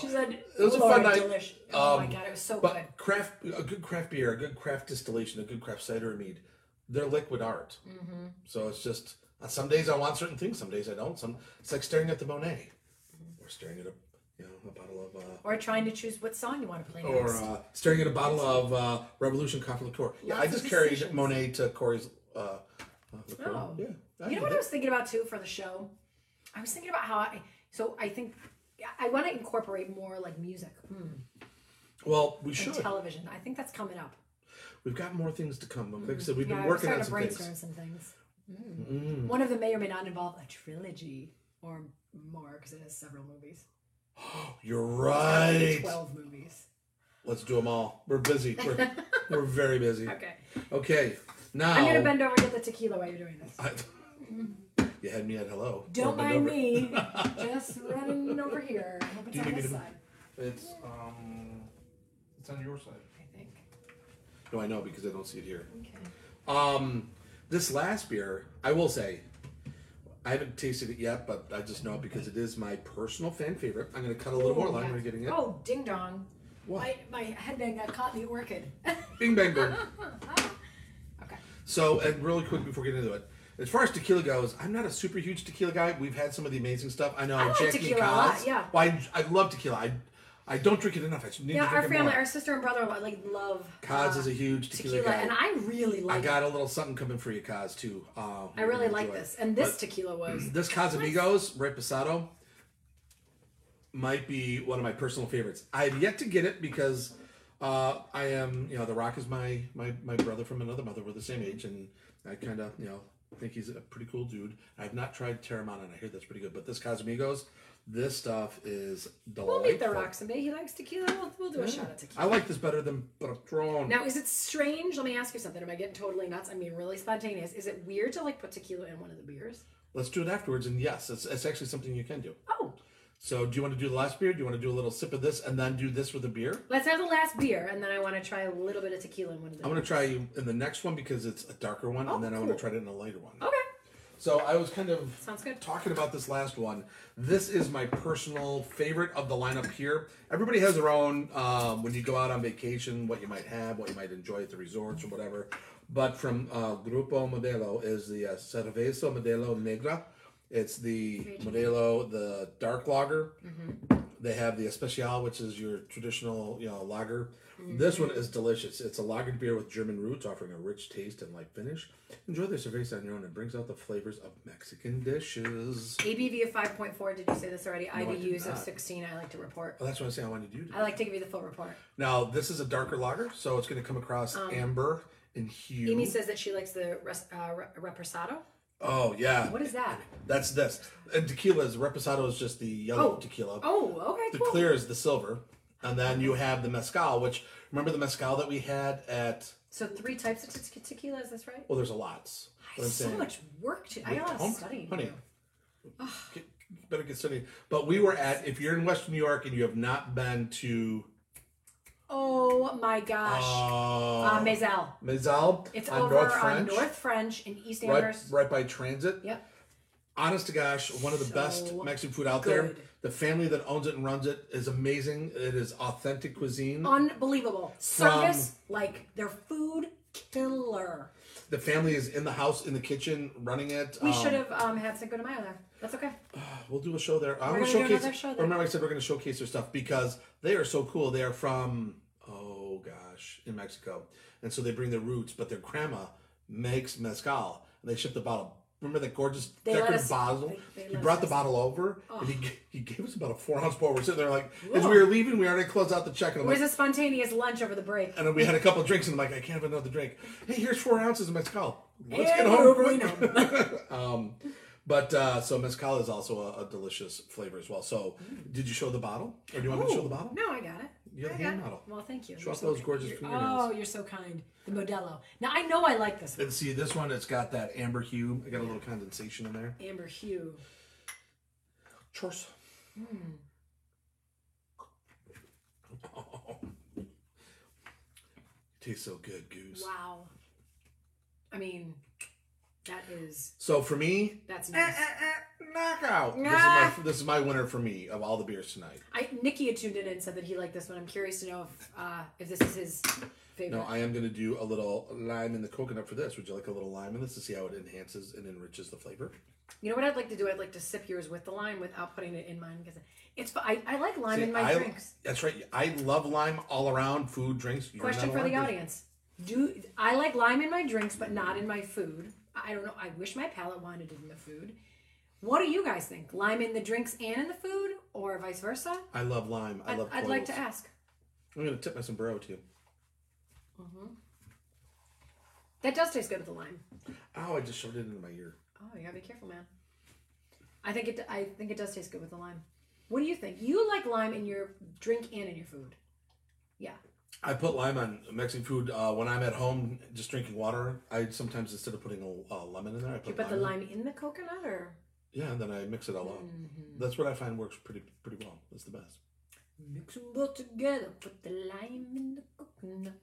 S1: she said
S2: It was a
S1: "Lord,
S2: fun night.
S1: delish." Oh my
S2: Um,
S1: god, it was so good.
S2: But craft, a good craft beer, a good craft distillation, a good craft cider or mead, they're liquid art.
S1: Mm-hmm.
S2: So it's just uh, some days I want certain things, some days I don't. Some it's like staring at the Monet,
S1: Mm-hmm.
S2: or staring at a you know a bottle of. Uh,
S1: Or trying to choose what song you want to play
S2: or
S1: next.
S2: uh, staring at a bottle of uh, Revolution Coffee Liqueur. Yeah,
S1: Lots
S2: I
S1: of
S2: just carried
S1: decisions.
S2: Monet to Corey's uh, uh, liqueur.
S1: Oh.
S2: Yeah, uh, I
S1: you know
S2: did
S1: what I
S2: it.
S1: was thinking about too for the show? I was thinking about how I so I think I want to incorporate more like music
S2: Hmm. Well, we
S1: and
S2: should.
S1: television. I think that's coming up.
S2: We've got more things to come. Like I said, we've
S1: yeah,
S2: been
S1: we're
S2: working
S1: starting
S2: on
S1: to
S2: some
S1: brainstorm
S2: things. Hmm.
S1: some things. Mm. One of them may or may not involve a trilogy or more because it has several movies.
S2: Oh, You're
S1: Probably
S2: right.
S1: Twelve movies.
S2: Let's do them all. We're busy.
S1: <laughs>
S2: We're, we're very busy.
S1: Okay,
S2: Okay, now.
S1: I'm gonna bend over and get the tequila while you're doing this.
S2: I- you had me at hello.
S1: Don't
S2: Or
S1: mind
S2: bend over.
S1: me,
S2: <laughs>
S1: just running over here. I hope it's
S2: you
S1: on
S2: need me
S1: this
S2: to-
S1: side.
S2: It's
S3: Um, it's on your side.
S1: I think.
S2: no, I know because I don't see it here.
S1: Okay.
S2: Um, this last beer, I will say, I haven't tasted it yet, but I just know it because it is my personal fan favorite. I'm gonna cut a little more
S1: Oh,
S2: line
S1: yeah.
S2: when you're getting it.
S1: Oh, ding dong.
S2: What?
S1: My, my headband got caught in the orchid. <laughs>
S2: Bing bang boom.
S1: Okay.
S2: So, and really quick before getting into it, as far as tequila goes, I'm not a super huge tequila guy. We've had some of the amazing stuff. I know
S1: like
S2: Jackie
S1: tequila a
S2: and
S1: lot,
S2: Kaz.
S1: yeah.
S2: Well, I, I love tequila. I I don't drink it enough. I just need
S1: Yeah,
S2: to drink
S1: our
S2: it
S1: family,
S2: more.
S1: our sister and brother-in-law, like love
S2: Kaz
S1: uh,
S2: is a huge tequila,
S1: tequila,
S2: guy.
S1: and I really
S2: I
S1: like. it.
S2: got a little something coming for you, Kaz, too. Uh,
S1: I really
S2: you'll
S1: like
S2: enjoy.
S1: this, and this
S2: But
S1: tequila
S2: <clears throat>
S1: was.
S2: this Casamigos Reposado might be one of my personal favorites. I have yet to get it because uh, I am, you know, The Rock is my my my brother from another mother. We're the same age, and I kind of, you know, think he's a pretty cool dude. I've not tried Terramana, and I hear that's pretty good. But this Casamigos, this stuff is delightful. Mm.
S1: We'll meet the rock someday. He likes tequila. We'll, we'll do a shot of tequila.
S2: I like this better than Patron.
S1: Now, is it strange? Let me ask you something. Am I getting totally nuts? I mean, really spontaneous. Is it weird to like put tequila in one of the beers?
S2: Let's do it afterwards, and yes, it's, it's actually something you can do.
S1: Oh,
S2: So, do you want to do the last beer? Do you want to do a little sip of this, and then do this with a beer?
S1: let's have the last beer, and then I want to try a little bit of tequila in one of the.
S2: I'm gonna try you in the next one because it's a darker one,
S1: Oh,
S2: and then I want
S1: cool.
S2: to try it in a lighter one.
S1: okay,
S2: So I was kind of
S1: sounds good.
S2: talking about this last one. This is my personal favorite of the lineup here. Everybody has their own um, when you go out on vacation, what you might have, what you might enjoy at the resorts or whatever. But from uh, Grupo Modelo is the uh, Cerveza Modelo Negra. It's the Modelo, the dark lager. They have the Especial, which is your traditional, you know, lager.
S1: Mm-hmm.
S2: This one is delicious. It's a lagered beer with German roots, offering a rich taste and light finish. Enjoy their cerveza on your own. It brings out the flavors of Mexican dishes.
S1: ABV of 5.4. Did you say this already?
S2: I did
S1: IBUs of
S2: not.
S1: 16. I like to report.
S2: Oh, that's what I'm saying. I wanted you to.
S1: I like to give you the full report.
S2: Now, this is a darker lager, so it's going to come across
S1: Um,
S2: amber and hue.
S1: Amy says that she likes the res, uh, re- reposado.
S2: oh, yeah.
S1: What is that?
S2: That's this. And tequila is reposado is just the yellow
S1: Oh.
S2: tequila.
S1: Oh, okay,
S2: The
S1: cool.
S2: clear is the silver. And then you have the mezcal, which remember the mezcal that we had at
S1: So three types of te- tequila. Is this right?
S2: Well, there's a lots. What I'm
S1: so
S2: saying.
S1: much work to. I got a lot of
S2: Hon-
S1: studying. to
S2: honey,
S1: do.
S2: get- better get studying. But we were at if you're in Western New York and you have not been to
S1: Oh my gosh. uh,
S2: uh,
S1: Maisel.
S2: Maisel
S1: It's
S2: on
S1: over
S2: North
S1: on
S2: French,
S1: North French in East
S2: right,
S1: Amherst.
S2: right by transit.
S1: Yep.
S2: honest to gosh, one of the best
S1: So
S2: Mexican food out there.
S1: good.
S2: The family that owns it and runs it is amazing. It is authentic cuisine.
S1: Oh. Unbelievable. Service, like their food killer.
S2: The family is in the house, in the kitchen, running it.
S1: We
S2: Um,
S1: should have um, had Cinco de Mayo there. That's okay.
S2: We'll do a show there. I'm
S1: We're gonna do
S2: gonna showcase.
S1: another show there.
S2: Remember, I said we're gonna showcase their stuff because they are so cool. They are from oh gosh, in Mexico, and so they bring their roots. But their grandma makes mezcal, and they ship the bottle. Remember that gorgeous
S1: They let
S2: decorative
S1: us-
S2: bottle?
S1: they- they
S2: he
S1: let
S2: brought
S1: us
S2: the
S1: taste
S2: bottle over, and he, g- he gave us about a four ounce pour. We're sitting there like, as
S1: Whoa.
S2: we were leaving, we already closed out the check, and I'm
S1: It was
S2: like,
S1: a spontaneous lunch over the break.
S2: and then we had a couple drinks, and I'm like, I can't have another drink. Hey, here's four ounces of mezcal. Let's
S1: And
S2: get
S1: we're
S2: home.
S1: over
S2: quick.
S1: and
S2: <laughs> um, but uh, so mezcal is also a, a delicious flavor as well. So, did you show the bottle, or do you want me to show the bottle?
S1: No, I got it.
S2: You have
S1: I
S2: a
S1: got
S2: hand
S1: it.
S2: model.
S1: Well, thank you.
S2: Show
S1: You're
S2: off
S1: so
S2: those
S1: kind.
S2: gorgeous
S1: You're-
S2: fingernails.
S1: Oh, you're so kind. The Modelo. Now, I know I like this one.
S2: And see this one, it's got that amber hue. I got a little condensation in there.
S1: Amber Hue.
S2: Cheers. Hmm. <laughs> Tastes so good, Goose.
S1: Wow. I mean, that is,
S2: So for me,
S1: that's
S2: eh,
S1: nice.
S2: eh, eh, knockout. This, is my,
S1: Ah.
S2: this is my winner for me of all the beers tonight.
S1: I Nikki had tuned in and said that he liked this one. I'm curious to know if uh, if this is his favorite.
S2: No, I am going to do a little lime in the coconut for this. Would you like a little lime in this to see how it enhances and enriches the flavor?
S1: you know what I'd like to do? I'd like to sip yours with the lime without putting it in mine because it's. I, I like lime
S2: See,
S1: in my
S2: I-
S1: drinks.
S2: That's right. I love lime all around food, drinks. You're
S1: Question
S2: not a
S1: for the
S2: lime person.
S1: audience: Do I like lime in my drinks, but not in my food? I don't know. I wish my palate wanted it in the food. What do you guys think? Lime in the drinks and in the food, or vice versa?
S2: I love lime. I
S1: I'd,
S2: love.
S1: I'd like to
S2: cloves.
S1: ask.
S2: I'm going to tip my sombrero to you.
S1: That does taste good with the lime.
S2: Ow! I just shoved it into my ear.
S1: Oh, you gotta be careful, man. I think it. I think it does taste good with the lime. What do you think? You like lime in your drink and in your food. Yeah.
S2: I put lime on Mexican food uh, when I'm at home, just drinking water. I sometimes instead of putting a, a lemon in there, I
S1: You
S2: put,
S1: put the
S2: in.
S1: lime in the coconut, or
S2: Yeah, and then I mix it all up.
S1: Mm-hmm.
S2: That's what I find works pretty pretty well. It's the best.
S1: mix them both together. Put the lime in the coconut.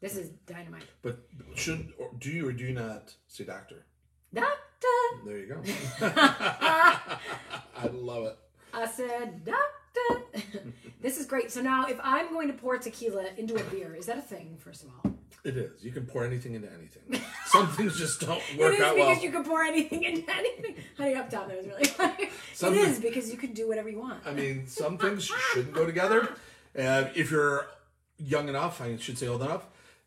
S1: This is dynamite.
S2: But should or do you or do you not see a doctor?
S1: Doctor, <laughs>
S2: There you go. <laughs> I love it.
S1: I said doctor. <laughs> this is great. So now, if I'm going to pour tequila into a beer, is that a thing? First of all,
S2: It is. You can pour anything into
S1: <laughs>
S2: anything. Some things just don't
S1: it
S2: work
S1: is
S2: out
S1: because
S2: well.
S1: you can pour anything into <laughs> anything. Honey, up top, that was really
S2: <laughs>
S1: funny.
S2: Some-
S1: it is because you can do whatever you want.
S2: I mean, some things shouldn't go together. Uh, if you're young enough, I should say old enough,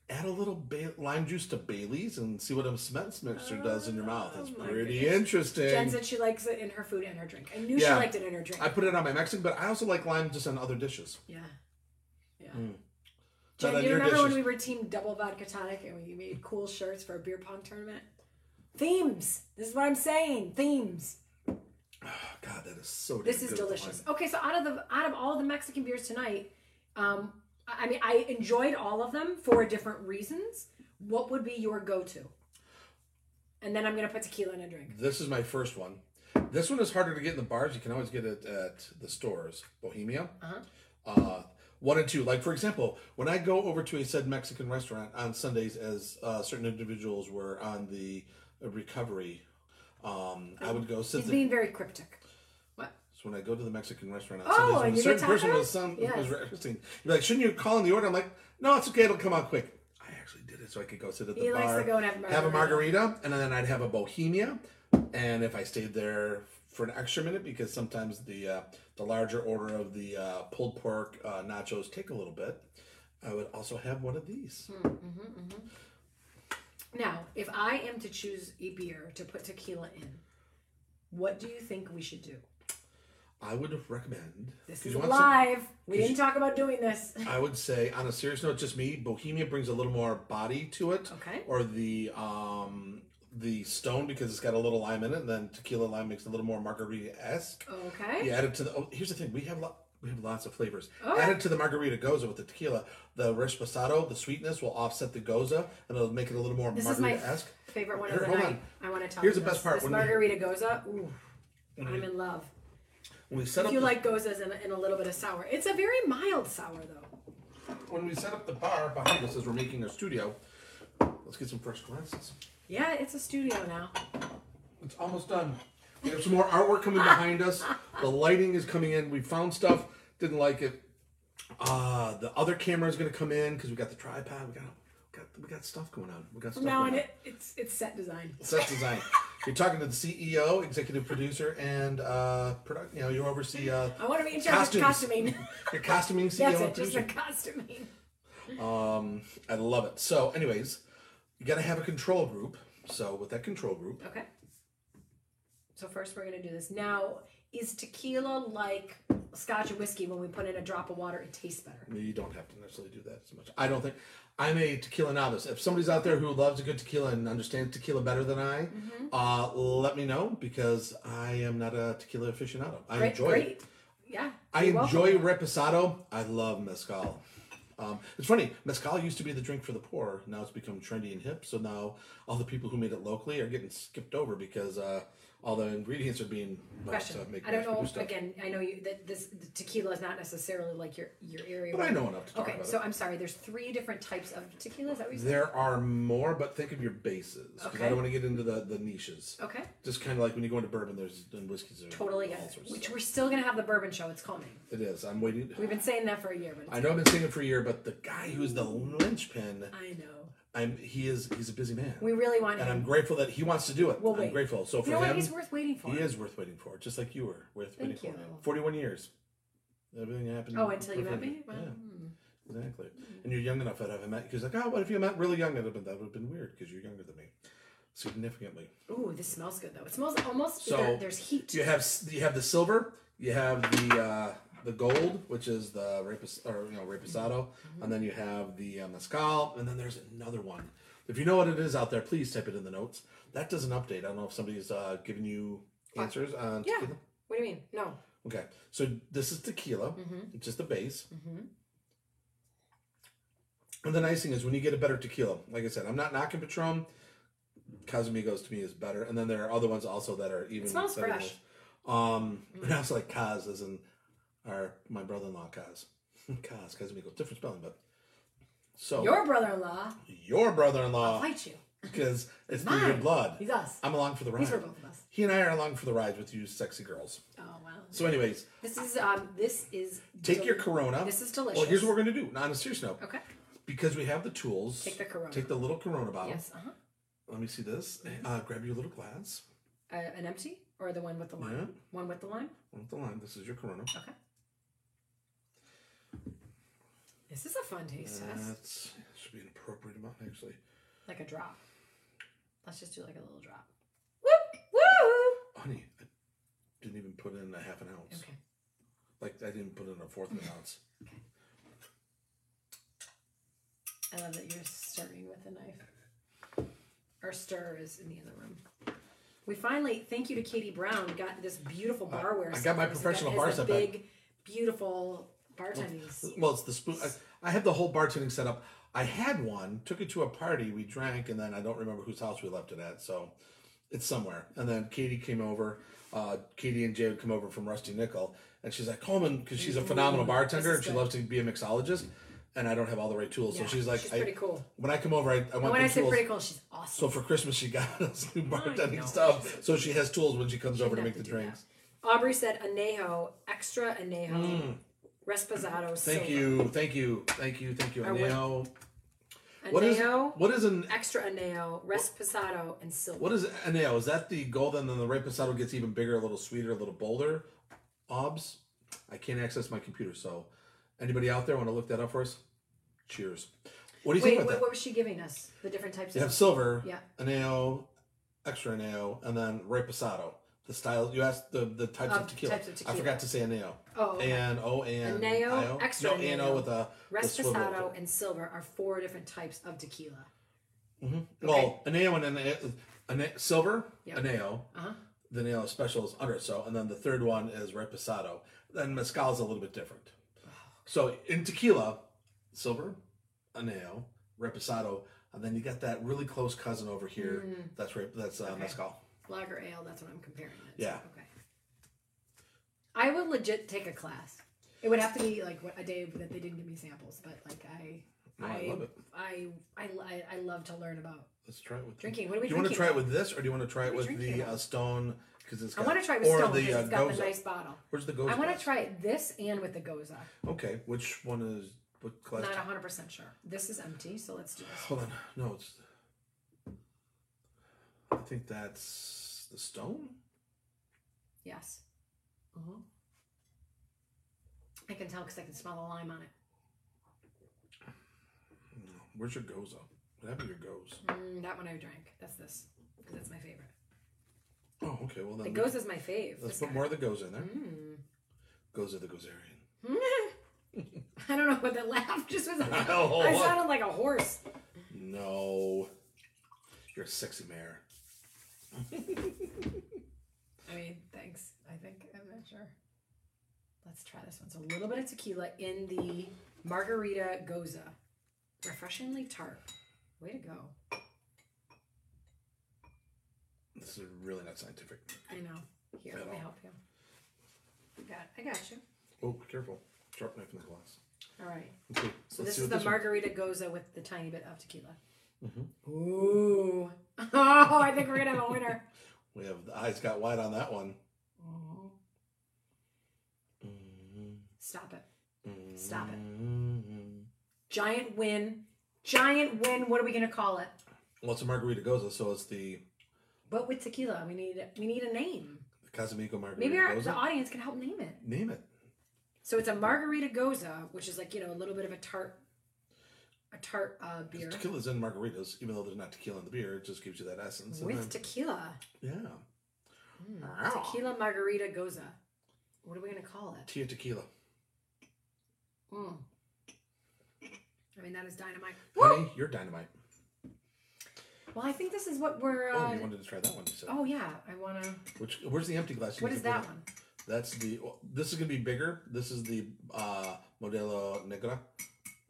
S2: add a little ba- lime juice to Bailey's and see what a cement mixer does in your mouth. It's
S1: Oh my
S2: pretty
S1: goodness.
S2: interesting.
S1: Jen said she likes it in her food and her drink. I knew she
S2: Yeah.
S1: liked it in her drink.
S2: I put it on my Mexican, but I also like lime just on other dishes.
S1: yeah. Yeah.
S2: Not
S1: Jen,
S2: on
S1: you
S2: your
S1: remember when we
S2: dishes.
S1: were team double vodka tonic and we made cool shirts for a beer pong tournament? Themes. This is what I'm saying. Themes.
S2: Oh, God, that is so
S1: This
S2: damn
S1: is
S2: good with
S1: delicious.
S2: lime.
S1: Okay, so out of the out of all the Mexican beers tonight, um, I I mean I enjoyed all of them for different reasons. What would be your go-to? And then I'm gonna put tequila in a drink.
S2: This is my first one. This one is harder to get in the bars. You can always get it at the stores. Bohemia.
S1: Uh-huh.
S2: Uh, one and two. Like, for example, when I go over to a said Mexican restaurant on Sundays, as uh, certain individuals were on the uh, recovery, um, I would go sit
S1: He's
S2: there.
S1: being very cryptic. What?
S2: So when I go to the Mexican restaurant on
S1: Oh,
S2: Sundays,
S1: and
S2: when a
S1: you
S2: certain
S1: get
S2: person
S1: tacos?
S2: was, some,
S1: Yes.
S2: was referencing, you're like, shouldn't you call in the order? I'm like, no, it's okay. It'll come out quick. I actually did it so I could go sit at the
S1: He
S2: bar,
S1: likes to go and have a
S2: a margarita, and then I'd have a bohemia. And if I stayed there for an extra minute, because sometimes the uh, the larger order of the uh, pulled pork uh, nachos take a little bit, I would also have one of these.
S1: Hmm. Now, if I am to choose a beer to put tequila in, what do you think we should do?
S2: I would recommend.
S1: This
S2: 'cause
S1: is
S2: you want some-
S1: live. we didn't talk about doing this.
S2: I would say, on a serious note, just me. Bohemia brings a little more body to it,
S1: Okay.
S2: or the um the stone because it's got a little lime in it, and then tequila lime makes it a little more margarita esque.
S1: Okay. Oh,
S2: You add it to the. Oh, here's the thing: we have lo- we have lots of flavors.
S1: Okay.
S2: Added to the margarita goza with the tequila, the resposado, the sweetness will offset the goza, and it'll make it a little more
S1: This is my
S2: margarita esque.
S1: favorite one
S2: Here,
S1: of the
S2: hold
S1: night. I want to talk.
S2: Here's the
S1: about
S2: best part.
S1: This
S2: When we-
S1: margarita goza. Ooh, I'm in love.
S2: When we set
S1: If
S2: up
S1: you
S2: the-
S1: like goes as in, in a little bit of sour. It's a very mild sour though.
S2: when we set up the bar behind us as we're making our studio, let's get some fresh glasses.
S1: Yeah, it's a studio now.
S2: It's almost done. We have some more artwork coming behind us. The lighting is coming in. We found stuff. Didn't like it. Uh, the other camera is going to come in because we got the tripod. We got, we got we got stuff going on. We got stuff
S1: From now
S2: going
S1: on,
S2: on.
S1: it, it's it's set design.
S2: Set design. You're talking to the CEO, executive producer, and uh, product. You know, you oversee uh,
S1: I want to be in charge of
S2: Costumes. <laughs>
S1: costuming.
S2: your costuming
S1: <laughs>
S2: CEO
S1: That's
S2: and
S1: it, just
S2: producer.
S1: the costuming.
S2: Um, I love it. So, anyways, you got to have a control group. So, with that control group,
S1: Okay. So first, we're gonna do this. Now, is tequila like Scotch and whiskey? When we put in a drop of water, it tastes better.
S2: you don't have to necessarily do that as much. I don't think I'm a tequila novice. If somebody's out there who loves a good tequila and understands tequila better than I,
S1: Mm-hmm.
S2: uh, let me know because I am not a tequila aficionado. I
S1: Great,
S2: enjoy
S1: great.
S2: it.
S1: Yeah.
S2: I
S1: you're welcome.
S2: enjoy reposado. I love mezcal. Um, it's funny, mezcal used to be the drink for the poor. Now it's become trendy and hip. So now all the people who made it locally are getting skipped over because uh, all the ingredients are being uh,
S1: Question.
S2: to make
S1: I don't
S2: mass-produced
S1: know.
S2: stuff.
S1: Again, I know you that this the tequila is not necessarily like your your area.
S2: But I know enough to talk
S1: Okay,
S2: about
S1: so
S2: it.
S1: I'm sorry. There's three different types of tequila. Is that what you said?
S2: There are more, but think of your bases because I
S1: Okay.
S2: don't want to get into the, the niches.
S1: Okay,
S2: Just kind of like when you go into bourbon, there's and whiskeys. There's
S1: totally.
S2: all
S1: Yes.
S2: sorts of
S1: Which
S2: stuff.
S1: we're still gonna have the bourbon show. It's coming.
S2: It is. I'm waiting.
S1: We've been saying that for a year, but
S2: I
S1: it's,
S2: know I've been saying it for a year, but the guy who's the linchpin,
S1: I, know
S2: I'm he is he's a busy man.
S1: we really want
S2: and I'm
S1: him.
S2: grateful that he wants to do it.
S1: Well,
S2: I'm
S1: wait.
S2: grateful. So for
S1: You know what?
S2: him,
S1: He's worth waiting for.
S2: he is worth waiting for, just like you were worth
S1: Thank
S2: waiting for.
S1: you.
S2: man. Forty-one years. Everything happened.
S1: Oh, until you met me.
S2: perfectly.
S1: Well,
S2: Yeah,
S1: hmm.
S2: exactly. And you're young enough that I've met. Because like, oh, what if you met really young? That would have been, that would have been weird because you're younger than me, significantly.
S1: Ooh, this smells good though. It smells almost.
S2: So,
S1: there- there's heat.
S2: You have s- you have the silver. You have the uh, the gold, which is the rapis, or you know reposado, and then you have the uh, mezcal, and then there's another one. If you know what it is out there, please type it in the notes. That does an update. I don't know if somebody's uh, giving you answers on
S1: Yeah.
S2: tequila.
S1: What do you mean? No.
S2: Okay, so this is tequila.
S1: Mhm.
S2: It's just the base.
S1: Mm-hmm.
S2: And the nice thing is when you get a better tequila, like I said, I'm not knocking Patron. Casamigos to me is better, and then there are other ones also that are even.
S1: It smells
S2: better than
S1: fresh. Mm.
S2: this. Um, and I also like Kaz as in our my brother-in-law Kaz, <laughs> Kaz Casamigos, different spelling, but so Uh,
S1: Your brother-in-law.
S2: your
S1: I'll
S2: brother-in-law
S1: fight you.
S2: because it's through your
S1: Mine.
S2: blood.
S1: He's us.
S2: I'm along for the ride.
S1: He's for both of us.
S2: He and I are along for the ride with you, sexy girls.
S1: Oh wow.
S2: So, anyways,
S1: This is um. This is.
S2: take your
S1: deli-
S2: Corona.
S1: This is delicious.
S2: Well, here's what we're gonna do. Now, on a serious note,
S1: Okay.
S2: because we have the tools,
S1: Take the Corona.
S2: take the little Corona bottle.
S1: Yes. Uh huh.
S2: Let me see this. Uh, grab your little glass.
S1: Uh, an empty or the one with the lime?
S2: Yeah.
S1: One with the lime.
S2: With the lime. This is your Corona.
S1: Okay. This is a fun taste test.
S2: That's should be an appropriate amount, actually.
S1: Like a drop. Let's just do like a little drop. Woo! Woo!
S2: Honey, I didn't even put in a half an ounce.
S1: Okay.
S2: Like I didn't put in a fourth of an ounce.
S1: I love that you're stirring with a knife. Our stir is in the other room. We finally, thank you to Katie Brown, got this beautiful barware.
S2: Uh, I got
S1: set
S2: my
S1: for us. It
S2: professional
S1: has
S2: bar
S1: the
S2: set back.
S1: Big, beautiful bartending. s-
S2: Well, it's the spoon. I, I have the whole bartending set up. I had one, took it to a party, we drank, and then I don't remember whose house we left it at. So it's somewhere. And then Katie came over. Uh, Katie and Jay would come over from Rusty Nickel, and she's like, Coleman, because she's a phenomenal bartender
S1: Mm-hmm. is
S2: and she
S1: good.
S2: loves to be a mixologist. And I don't have all the right tools,
S1: Yeah,
S2: so she's like,
S1: she's
S2: I,
S1: pretty cool.
S2: when I come over, I, I want
S1: And when
S2: the
S1: I say
S2: tools.
S1: pretty cool, she's awesome.
S2: So for Christmas, she got <laughs> us new
S1: know.
S2: bartending stuff. So she has tools when she comes over to
S1: Didn't
S2: make
S1: have
S2: the
S1: to do
S2: drinks.
S1: that. Aubrey said anejo, extra anejo, resposado.
S2: Mm. Thank
S1: silver.
S2: you, thank you, thank you, thank you.
S1: I would-
S2: Anejo.
S1: Anejo,
S2: What is what is an
S1: extra anejo, resposado, and silver.
S2: what is anejo? Is that the golden? And then the reposado gets even bigger, a little sweeter, a little bolder. Obs. I can't access my computer, so anybody out there want to look that up for us? Cheers. What do you
S1: Wait,
S2: think
S1: what,
S2: about that?
S1: what was she giving us? The different types
S2: You
S1: of
S2: have silver,
S1: Yeah.
S2: anejo, extra anejo, and then reposado. The style you asked the the types
S1: Of
S2: of tequila.
S1: types of
S2: I
S1: tequila.
S2: forgot to say anejo.
S1: Oh, okay.
S2: and oh and
S1: Anejo,
S2: Io.
S1: extra
S2: no, and
S1: anejo,
S2: O with a the swivel.
S1: Resposado and silver are four different types of tequila.
S2: Well, Aneo and Aneo, Ane, silver,
S1: Yep.
S2: Aneo.
S1: Uh-huh.
S2: The Aneo special is under so, and then the third one is Reposado. Then mezcal is a little bit different.
S1: Oh,
S2: So in tequila, silver, Aneo, Reposado, and then you got that really close cousin over here.
S1: Mm.
S2: That's right. That's uh, mezcal.
S1: Lager ale, that's what I'm comparing it to.
S2: Yeah.
S1: Okay. I would legit take a class. It would have to be like what- a day that they didn't give me samples, but like I,
S2: No, I
S1: I,
S2: love it.
S1: I, I, I, I love to learn about
S2: Let's try it with
S1: drinking. What are we
S2: Do you want to
S1: drinking?
S2: try it with this, or do you want to try it
S1: What are we
S2: with
S1: drinking
S2: the
S1: about?
S2: uh, stone? Because it's
S1: I
S2: got,
S1: want to try it with
S2: or
S1: Stone
S2: the
S1: because
S2: uh,
S1: it's got
S2: Goza.
S1: the nice bottle.
S2: Where's the Goza?
S1: I want
S2: glass?
S1: to try it this and with the Goza.
S2: Okay, which one is what class?
S1: Not hundred percent sure. This is empty, so let's do this.
S2: Hold on, no, it's. I think that's the stone.
S1: Yes. Mhm. I can tell because I can smell the lime on it.
S2: Where's your Goza? What happened to your Goes?
S1: Mm, that one I drank. That's this. 'Cause That's my favorite.
S2: Oh, okay. Well,
S1: The
S2: then
S1: Goza's my fave.
S2: let's
S1: This
S2: put
S1: guy.
S2: more of the Goes in there.
S1: Mm.
S2: Goza the Gozerian.
S1: Hmm. <laughs> I don't know what the laugh just was. I
S2: <laughs> Oh, what?
S1: sounded like a horse.
S2: No, you're a sexy mare.
S1: I mean, thanks. I think I'm not sure. Let's try this one. So a little bit of tequila in the margarita goza, refreshingly tart. Way to go!
S2: This is really not scientific.
S1: I know. Here, let me
S2: Yeah.
S1: help you. You Got, I got you.
S2: Oh, careful! Sharp knife in the glass.
S1: All right.
S2: Let's see-
S1: So
S2: let's
S1: this
S2: see
S1: is
S2: what
S1: the
S2: one-
S1: margarita goza with the tiny bit of tequila.
S2: Mm-hmm.
S1: Ooh. <laughs> Oh, I think we're gonna have a winner.
S2: We have the eyes got wide on that one.
S1: Stop it. Stop it.
S2: Mm-hmm.
S1: Giant win. Giant win. What are we gonna call it?
S2: Well, it's a margarita goza, so it's the
S1: But with tequila, we need we need a name.
S2: Casamico margarita
S1: Maybe our,
S2: goza.
S1: the audience can help name it.
S2: Name it.
S1: So it's a margarita goza, which is like you know a little bit of a tart, a tart uh, beer
S2: Tequila's in margaritas, even though there's not tequila in the beer. It just gives you that essence. and
S1: with
S2: then-
S1: tequila.
S2: yeah, Wow.
S1: Tequila margarita goza. What are we gonna call it?
S2: Tia tequila.
S1: Mm. I mean that is dynamite. Woo!
S2: Honey, you're dynamite.
S1: Well, I think this is what we're.
S2: Oh,
S1: Uh,
S2: you wanted to try that one. You said.
S1: oh yeah, I wanna.
S2: Which? Where's the empty glass? you
S1: What
S2: need
S1: is
S2: to put
S1: that
S2: in?
S1: one?
S2: That's the. well, This is gonna be bigger. This is the uh, Modelo Negra.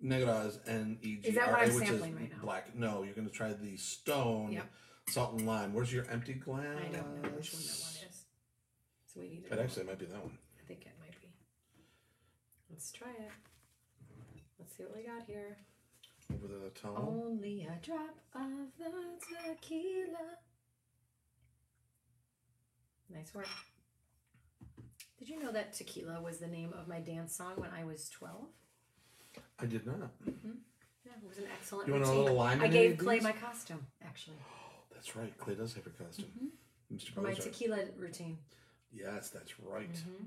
S2: Negra is N E G
S1: Is that
S2: R
S1: what
S2: A,
S1: I'm
S2: which is
S1: sampling right now?
S2: black. No, you're gonna try the Stone
S1: Yep.
S2: Salt and Lime. Where's your empty glass?
S1: I don't know which one that one is. So we need to.
S2: It actually might be that one.
S1: I think it might be. Let's try it. Let's see what we got here.
S2: Over the towel.
S1: Only a drop of the tequila. Nice work. Did you know that tequila was the name of my dance song when I was 12?
S2: I did not.
S1: Yeah, it was an excellent
S2: You want a
S1: routine.
S2: little lime
S1: I
S2: in any
S1: gave
S2: of
S1: Clay
S2: these?
S1: my costume,
S2: <gasps>
S1: actually,
S2: That's right. Clay does have your costume.
S1: Mm-hmm.
S2: Mr.
S1: for my
S2: Bowser.
S1: tequila routine.
S2: Yes, that's right.
S1: Mm-hmm.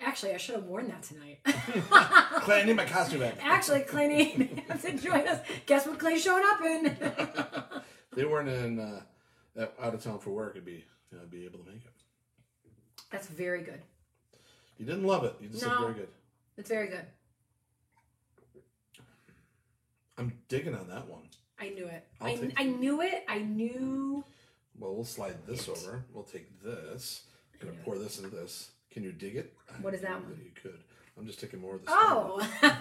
S1: Actually, I should have worn that
S2: <laughs>
S1: tonight.
S2: Clay, I need my costume back.
S1: <laughs> Actually, Clay Nate has to join us. Guess what Clay showed up in? <laughs>
S2: If they weren't in uh, that- out of town for work, it'd be you know, I'd be able to make it.
S1: That's very good.
S2: You didn't love it. You just
S1: No.
S2: said very good.
S1: That's very good.
S2: I'm digging on that one.
S1: I knew it.
S2: I'll
S1: I,
S2: take
S1: I knew it. I knew.
S2: Well, we'll slide this over. We'll take this. I'm gonna pour this into this. Can you dig it? I
S1: What is that
S2: knew
S1: one?
S2: You could. I'm just taking more of this.
S1: Oh. <laughs>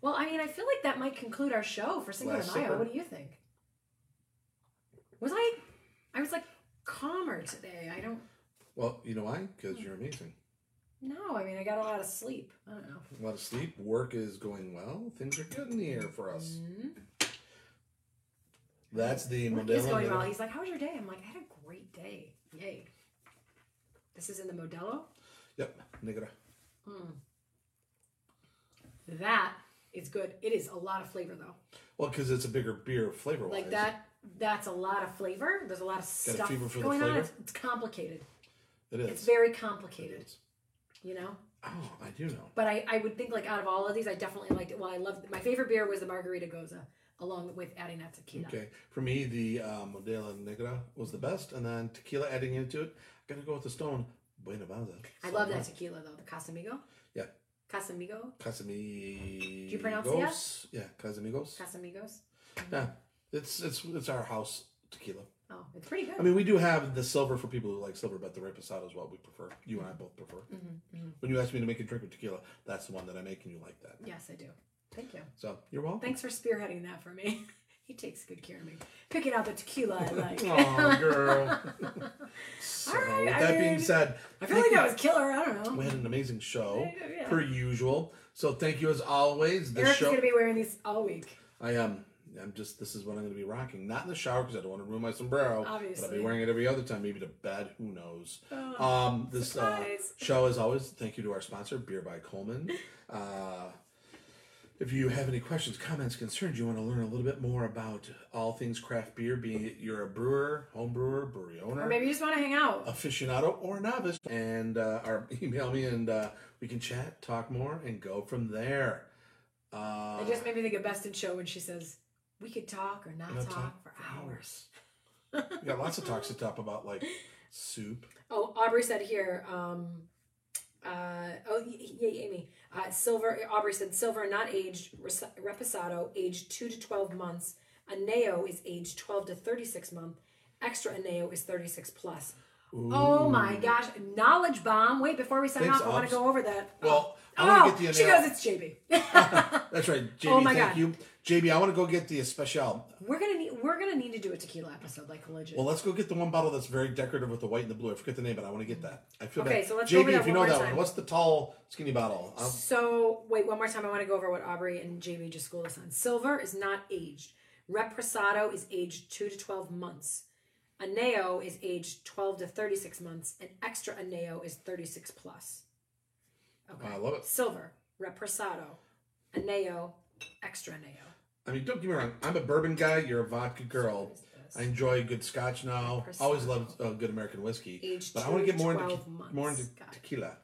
S1: well, I mean, I feel like that might conclude our show for Cinco de
S2: Last
S1: Mayo.
S2: supper.
S1: What do you think? Was I? I was like calmer today. I don't
S2: <laughs> Well, you know why? Because you're amazing.
S1: know. I mean, I got a lot of sleep. I don't know.
S2: A lot of sleep. Work is going well. Things are good in the air for us.
S1: Mm. Hmm?
S2: That's the
S1: Work
S2: Modelo
S1: is going
S2: Negra.
S1: well. He's like, "How was your day?" I'm like, "I had a great day. Yay!" This is in the Modelo.
S2: Yep, Negra.
S1: That is good. It is a lot of flavor though.
S2: Well, because it's a bigger beer flavor wise.
S1: Like that. That's a lot of flavor. There's a lot of
S2: a
S1: stuff
S2: fever for the
S1: going on.
S2: flavor?
S1: It's, it's complicated.
S2: It
S1: It's
S2: is.
S1: very
S2: It
S1: complicated.
S2: is.
S1: You know.
S2: Oh, I do know.
S1: But I, I would think like out of all of these, I definitely liked it. Well, I loved my favorite beer was the Margarita Goza, along with adding that tequila.
S2: Okay, for me, the uh, Modelo Negra was the best, and then tequila adding into it. Gotta go with the Stone Buena Baza.
S1: I love that tequila though, the Casamigo.
S2: Yeah,
S1: Casamigo,
S2: Casamigos. Do
S1: you pronounce it
S2: Yeah, Casamigos.
S1: Casamigos.
S2: yeah, it's it's it's our house tequila.
S1: Oh, it's pretty good.
S2: I mean, we do have the silver for people who like silver, but the red Reposado is what we prefer. You and I both prefer.
S1: Mm-hmm,
S2: When you asked me to make a drink with tequila, that's the one that I make, and you like that.
S1: yes, I do. Thank you.
S2: So you're welcome.
S1: Thanks for spearheading that for me. <laughs> He takes good care of me. Picking out the tequila <laughs> I like.
S2: Oh, girl. so,
S1: Alright,
S2: with
S1: I
S2: that being
S1: mean,
S2: said,
S1: I feel like that was killer. I don't
S2: we
S1: know.
S2: had an amazing show,
S1: I know, yeah.
S2: per usual. So thank you as always. This
S1: Eric's
S2: show,
S1: gonna be wearing these all week.
S2: I am. I'm just. This is what I'm going to be rocking. Not in the shower because I don't want to ruin my sombrero. but I'll
S1: Obviously.
S2: be wearing it every other time, maybe to bed. Who knows?
S1: Oh,
S2: Um, this uh,
S1: surprise.
S2: show, as always, thank you to our sponsor, Beer
S1: <laughs>
S2: by Coleman. Uh, if you have any questions, comments, concerns, you want to learn a little bit more about all things craft beer, be it you're a brewer, home brewer, brewery owner,
S1: or maybe you just want to hang out.
S2: aficionado, or novice, and uh, our <laughs> email me and uh, we can chat, talk more, and go from there. Uh,
S1: It just made me think of Best in Show when she says, "We could talk or not
S2: and I'll
S1: talk, for hours."
S2: hours. we got lots of talks to talk about, like soup.
S1: Oh, Aubrey said here. Um, uh, oh, y- y- yay, Amy. Uh, silver. Aubrey said silver not aged. res- Reposado aged two to twelve months. Aneo is aged twelve to thirty-six month. Extra Aneo is thirty-six plus. Oh my gosh! Knowledge bomb. Wait, before we sign
S2: Thanks,
S1: off, I want
S2: Obs.
S1: to go over that.
S2: Well, I wanna
S1: oh,
S2: get the
S1: she
S2: Aneo-
S1: goes. It's JB.
S2: That's right, JB.
S1: Oh my
S2: thank
S1: God.
S2: you, JB. I want to go get the especial.
S1: <laughs> we're gonna need. We're gonna need to do a tequila episode, like legit.
S2: Well, let's go get the one bottle that's very decorative with the white and the blue. I forget the name, but I want to get that. I feel
S1: Okay,
S2: bad.
S1: so let's go
S2: JB,
S1: over that
S2: if you
S1: one
S2: know
S1: more
S2: that
S1: time.
S2: one, what's the tall skinny bottle? Um,
S1: So wait, one more time. I want to go over what Aubrey and JB just schooled us on. Silver is not aged. Reposado is aged two to twelve months. Aneo is aged twelve to thirty-six months, and extra Aneo is thirty-six plus. Okay.
S2: I love it.
S1: Silver, Reposado, Aneo, extra Aneo.
S2: I mean, don't get me wrong. I'm a bourbon guy. You're a vodka girl.
S1: Silver is the
S2: I
S1: best.
S2: enjoy good Scotch now.
S1: Percent.
S2: Always loved uh, good American whiskey.
S1: Aged
S2: but I want to get more into
S1: 12
S2: te-
S1: months.
S2: more into
S1: Got it.
S2: tequila.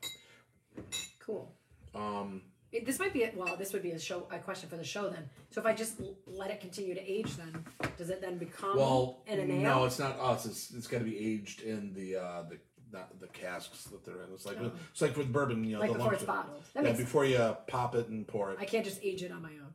S1: Cool.
S2: Um,
S1: It- This might be a, well. This would be a show a question for the show then. So if I just l- let it continue to age, then does it then become
S2: well,
S1: an Aneo?
S2: no, it's not us. It's it's got to be aged in the uh, the not the casks that they're in. It's like
S1: Oh.
S2: it's like with bourbon. You know,
S1: like
S2: the
S1: before
S2: lumps
S1: it's
S2: of-
S1: bottled. That
S2: Yeah,
S1: makes
S2: before you pop it and pour it.
S1: I can't just age it on my own.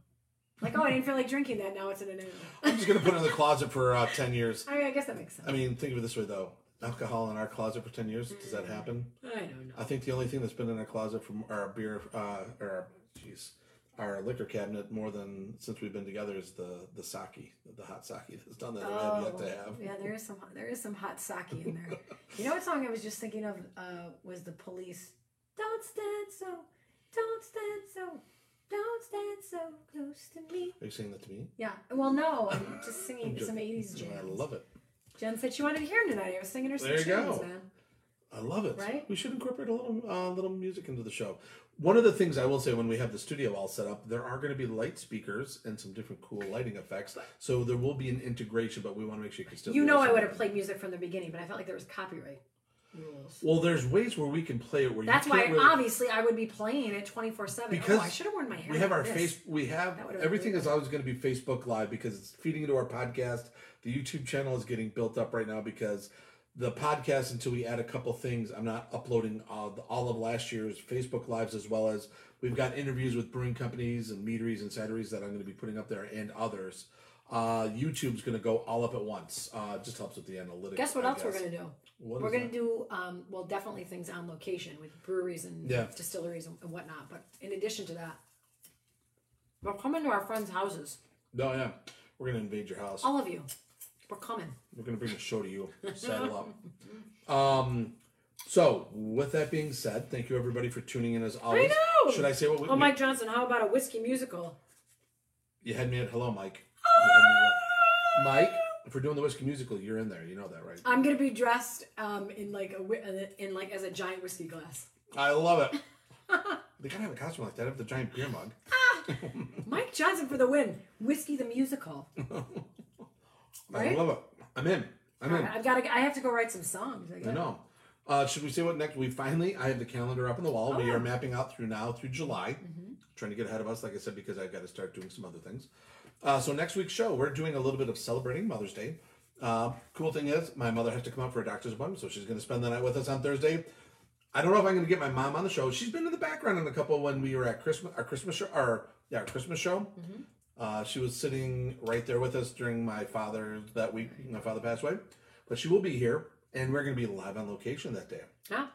S1: Like, oh, I didn't feel like drinking that. Now it's in an ale.
S2: I'm just gonna put it in the closet for uh, ten years.
S1: <laughs> I, mean, I guess that makes sense.
S2: I mean, think of it this way though: alcohol in our closet for ten years. Does
S1: Mm.
S2: that happen?
S1: I don't know.
S2: I think the only thing that's been in our closet from our beer, uh, or jeez, our liquor cabinet more than since we've been together is the the sake, the hot sake that's done that I have yet to have.
S1: Oh, yeah, there is some there is some hot sake in there. you know what song I was just thinking of uh, was the Police. Don't stand so, don't stand so, don't stand so close to me.
S2: Are you saying that to me?
S1: Yeah. Well, no, I'm just singing
S2: Good.
S1: some '80s
S2: I
S1: jams.
S2: love it.
S1: Jen said she wanted to hear him tonight. I was singing her some
S2: There you
S1: tunes,
S2: go.
S1: man.
S2: I love it.
S1: Right?
S2: We should incorporate a little uh, little music into the show. One of the things I will say when we have the studio all set up, there are going to be light speakers and some different cool lighting effects. So there will be an integration, but we want to make sure you can still.
S1: You
S2: hear
S1: know
S2: us.
S1: I would have played music from the beginning, but I felt like there was copyright rules.
S2: Well, there's ways where we can play it. Where
S1: That's
S2: you
S1: why
S2: can't really,
S1: obviously I would be playing it twenty four seven. Oh,
S2: Because
S1: I should have worn my hair.
S2: we have
S1: like
S2: our
S1: this.
S2: face. We have
S1: That would've been
S2: everything
S1: really
S2: is always going to be Facebook Live because it's feeding into our podcast. The YouTube channel is getting built up right now because the podcast until we add a couple things i'm not uploading all, all of last year's facebook lives as well as we've got interviews with brewing companies and meaderies and cideries that i'm going to be putting up there and others uh, youtube's going to go all up at once uh, just helps with the analytics
S1: Guess what
S2: I
S1: else we're
S2: guess.
S1: gonna do?
S2: What
S1: we're
S2: is
S1: gonna
S2: that?
S1: do um, well, definitely things on location with breweries and
S2: Yeah.
S1: distilleries and, and whatnot. But in addition to that, we're coming to our friends' houses.
S2: no yeah we're going to invade your house
S1: All of you, we're coming.
S2: We're gonna bring the show to you. Saddle up. Um. So, with that being said, thank you everybody for tuning in as always.
S1: know!
S2: Should I say what we?
S1: Oh, Mike Johnson, how about a whiskey musical?
S2: You had me at hello, Mike.
S1: Ah!
S2: You had me at hello. Mike, if we're doing the whiskey musical, you're in there. You know that, right?
S1: I'm gonna be dressed um, in like a whi- in like as a giant whiskey glass.
S2: I
S1: <laughs>
S2: love it. they gotta have a costume like that. I have the giant beer mug.
S1: Mike Johnson for the win. Whiskey the
S2: <laughs>
S1: musical.
S2: I
S1: Right?
S2: love it. I'm in. I'm in.
S1: I've got. to. I have to go write some songs. I
S2: I
S1: gotta-
S2: know. Uh, should we say what next? We finally, I have the calendar up on the wall. We are mapping out through now through July, trying to get ahead of us, like I said, because I've got to start doing some other things. Uh, so next week's show, we're doing a little bit of celebrating Mother's Day. Uh, cool thing is, my mother has to come up for a doctor's appointment, so she's going to spend the night with us on Thursday. I don't know if I'm going to get my mom on the show. She's been in the background in a couple when we were at Christmas, our Christmas show, our yeah, our Christmas show. Uh, she was sitting right there with us during my father that week. My father passed away, but she will be here, and we're going to be live on location that day.
S1: Yeah. Ah,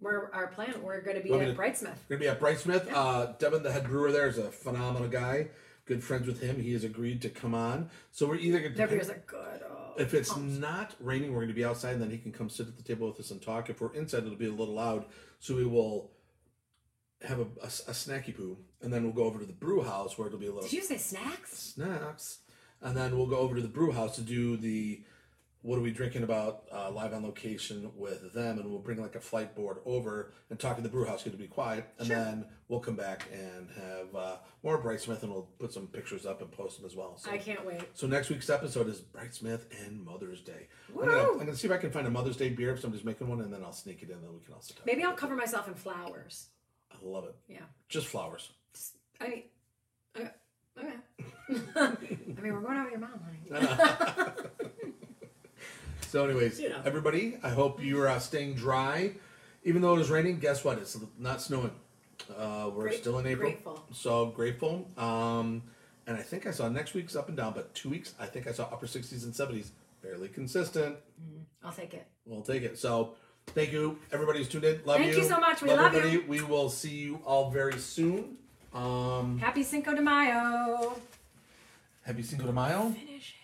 S1: We're our plan. We're going to be
S2: Want me
S1: at
S2: to-
S1: Brightsmith.
S2: We're going to be at Brightsmith. Uh, Devin, the head brewer there, is a phenomenal guy. good friends with him. He has agreed to come on. So we're either
S1: Their
S2: going
S1: beers
S2: to.
S1: are good. Oh.
S2: If it's not raining, we're going to be outside, and then he can come sit at the table with us and talk. If we're inside, it'll be a little loud. So we will have a, a, a snacky poo, and then we'll go over to the brew house where it'll be a little
S1: Did you say snacks?
S2: snacks. And then we'll go over to the brew house to do the what are we drinking about uh, live on location with them. And we'll bring like a flight board over and talk to the brew house, get to be quiet. And then we'll come back and have uh, more Bright Smith and we'll put some pictures up and post them as well. So.
S1: I can't wait.
S2: So next week's episode is Bright Smith and Mother's Day. I'm
S1: Woo!
S2: gonna, I'm gonna see if I can find a Mother's Day beer if somebody's making one, and then I'll sneak it in. Then we can also talk.
S1: Maybe I'll
S2: about
S1: cover myself in flowers.
S2: it. I love it.
S1: Yeah.
S2: Just flowers.
S1: Just, I mean, okay. okay. <laughs> I mean, we're going out with your mom, honey.
S2: So, anyways,
S1: You know.
S2: everybody, I hope you're uh, staying dry. Even though it is raining, guess what? It's not snowing. Uh, we're
S1: Great-
S2: still in April.
S1: grateful.
S2: So grateful. Um, and I think I saw next week's up and down, but two weeks, I think I saw upper 60s and 70s. Fairly consistent.
S1: I'll take it.
S2: We'll take it. So, thank you. Everybody's tuned in. Love you.
S1: Thank you so much. We love you.
S2: everybody. We will see you all very soon. Um,
S1: Happy Cinco de Mayo.
S2: happy Cinco de Mayo.
S1: Finish it.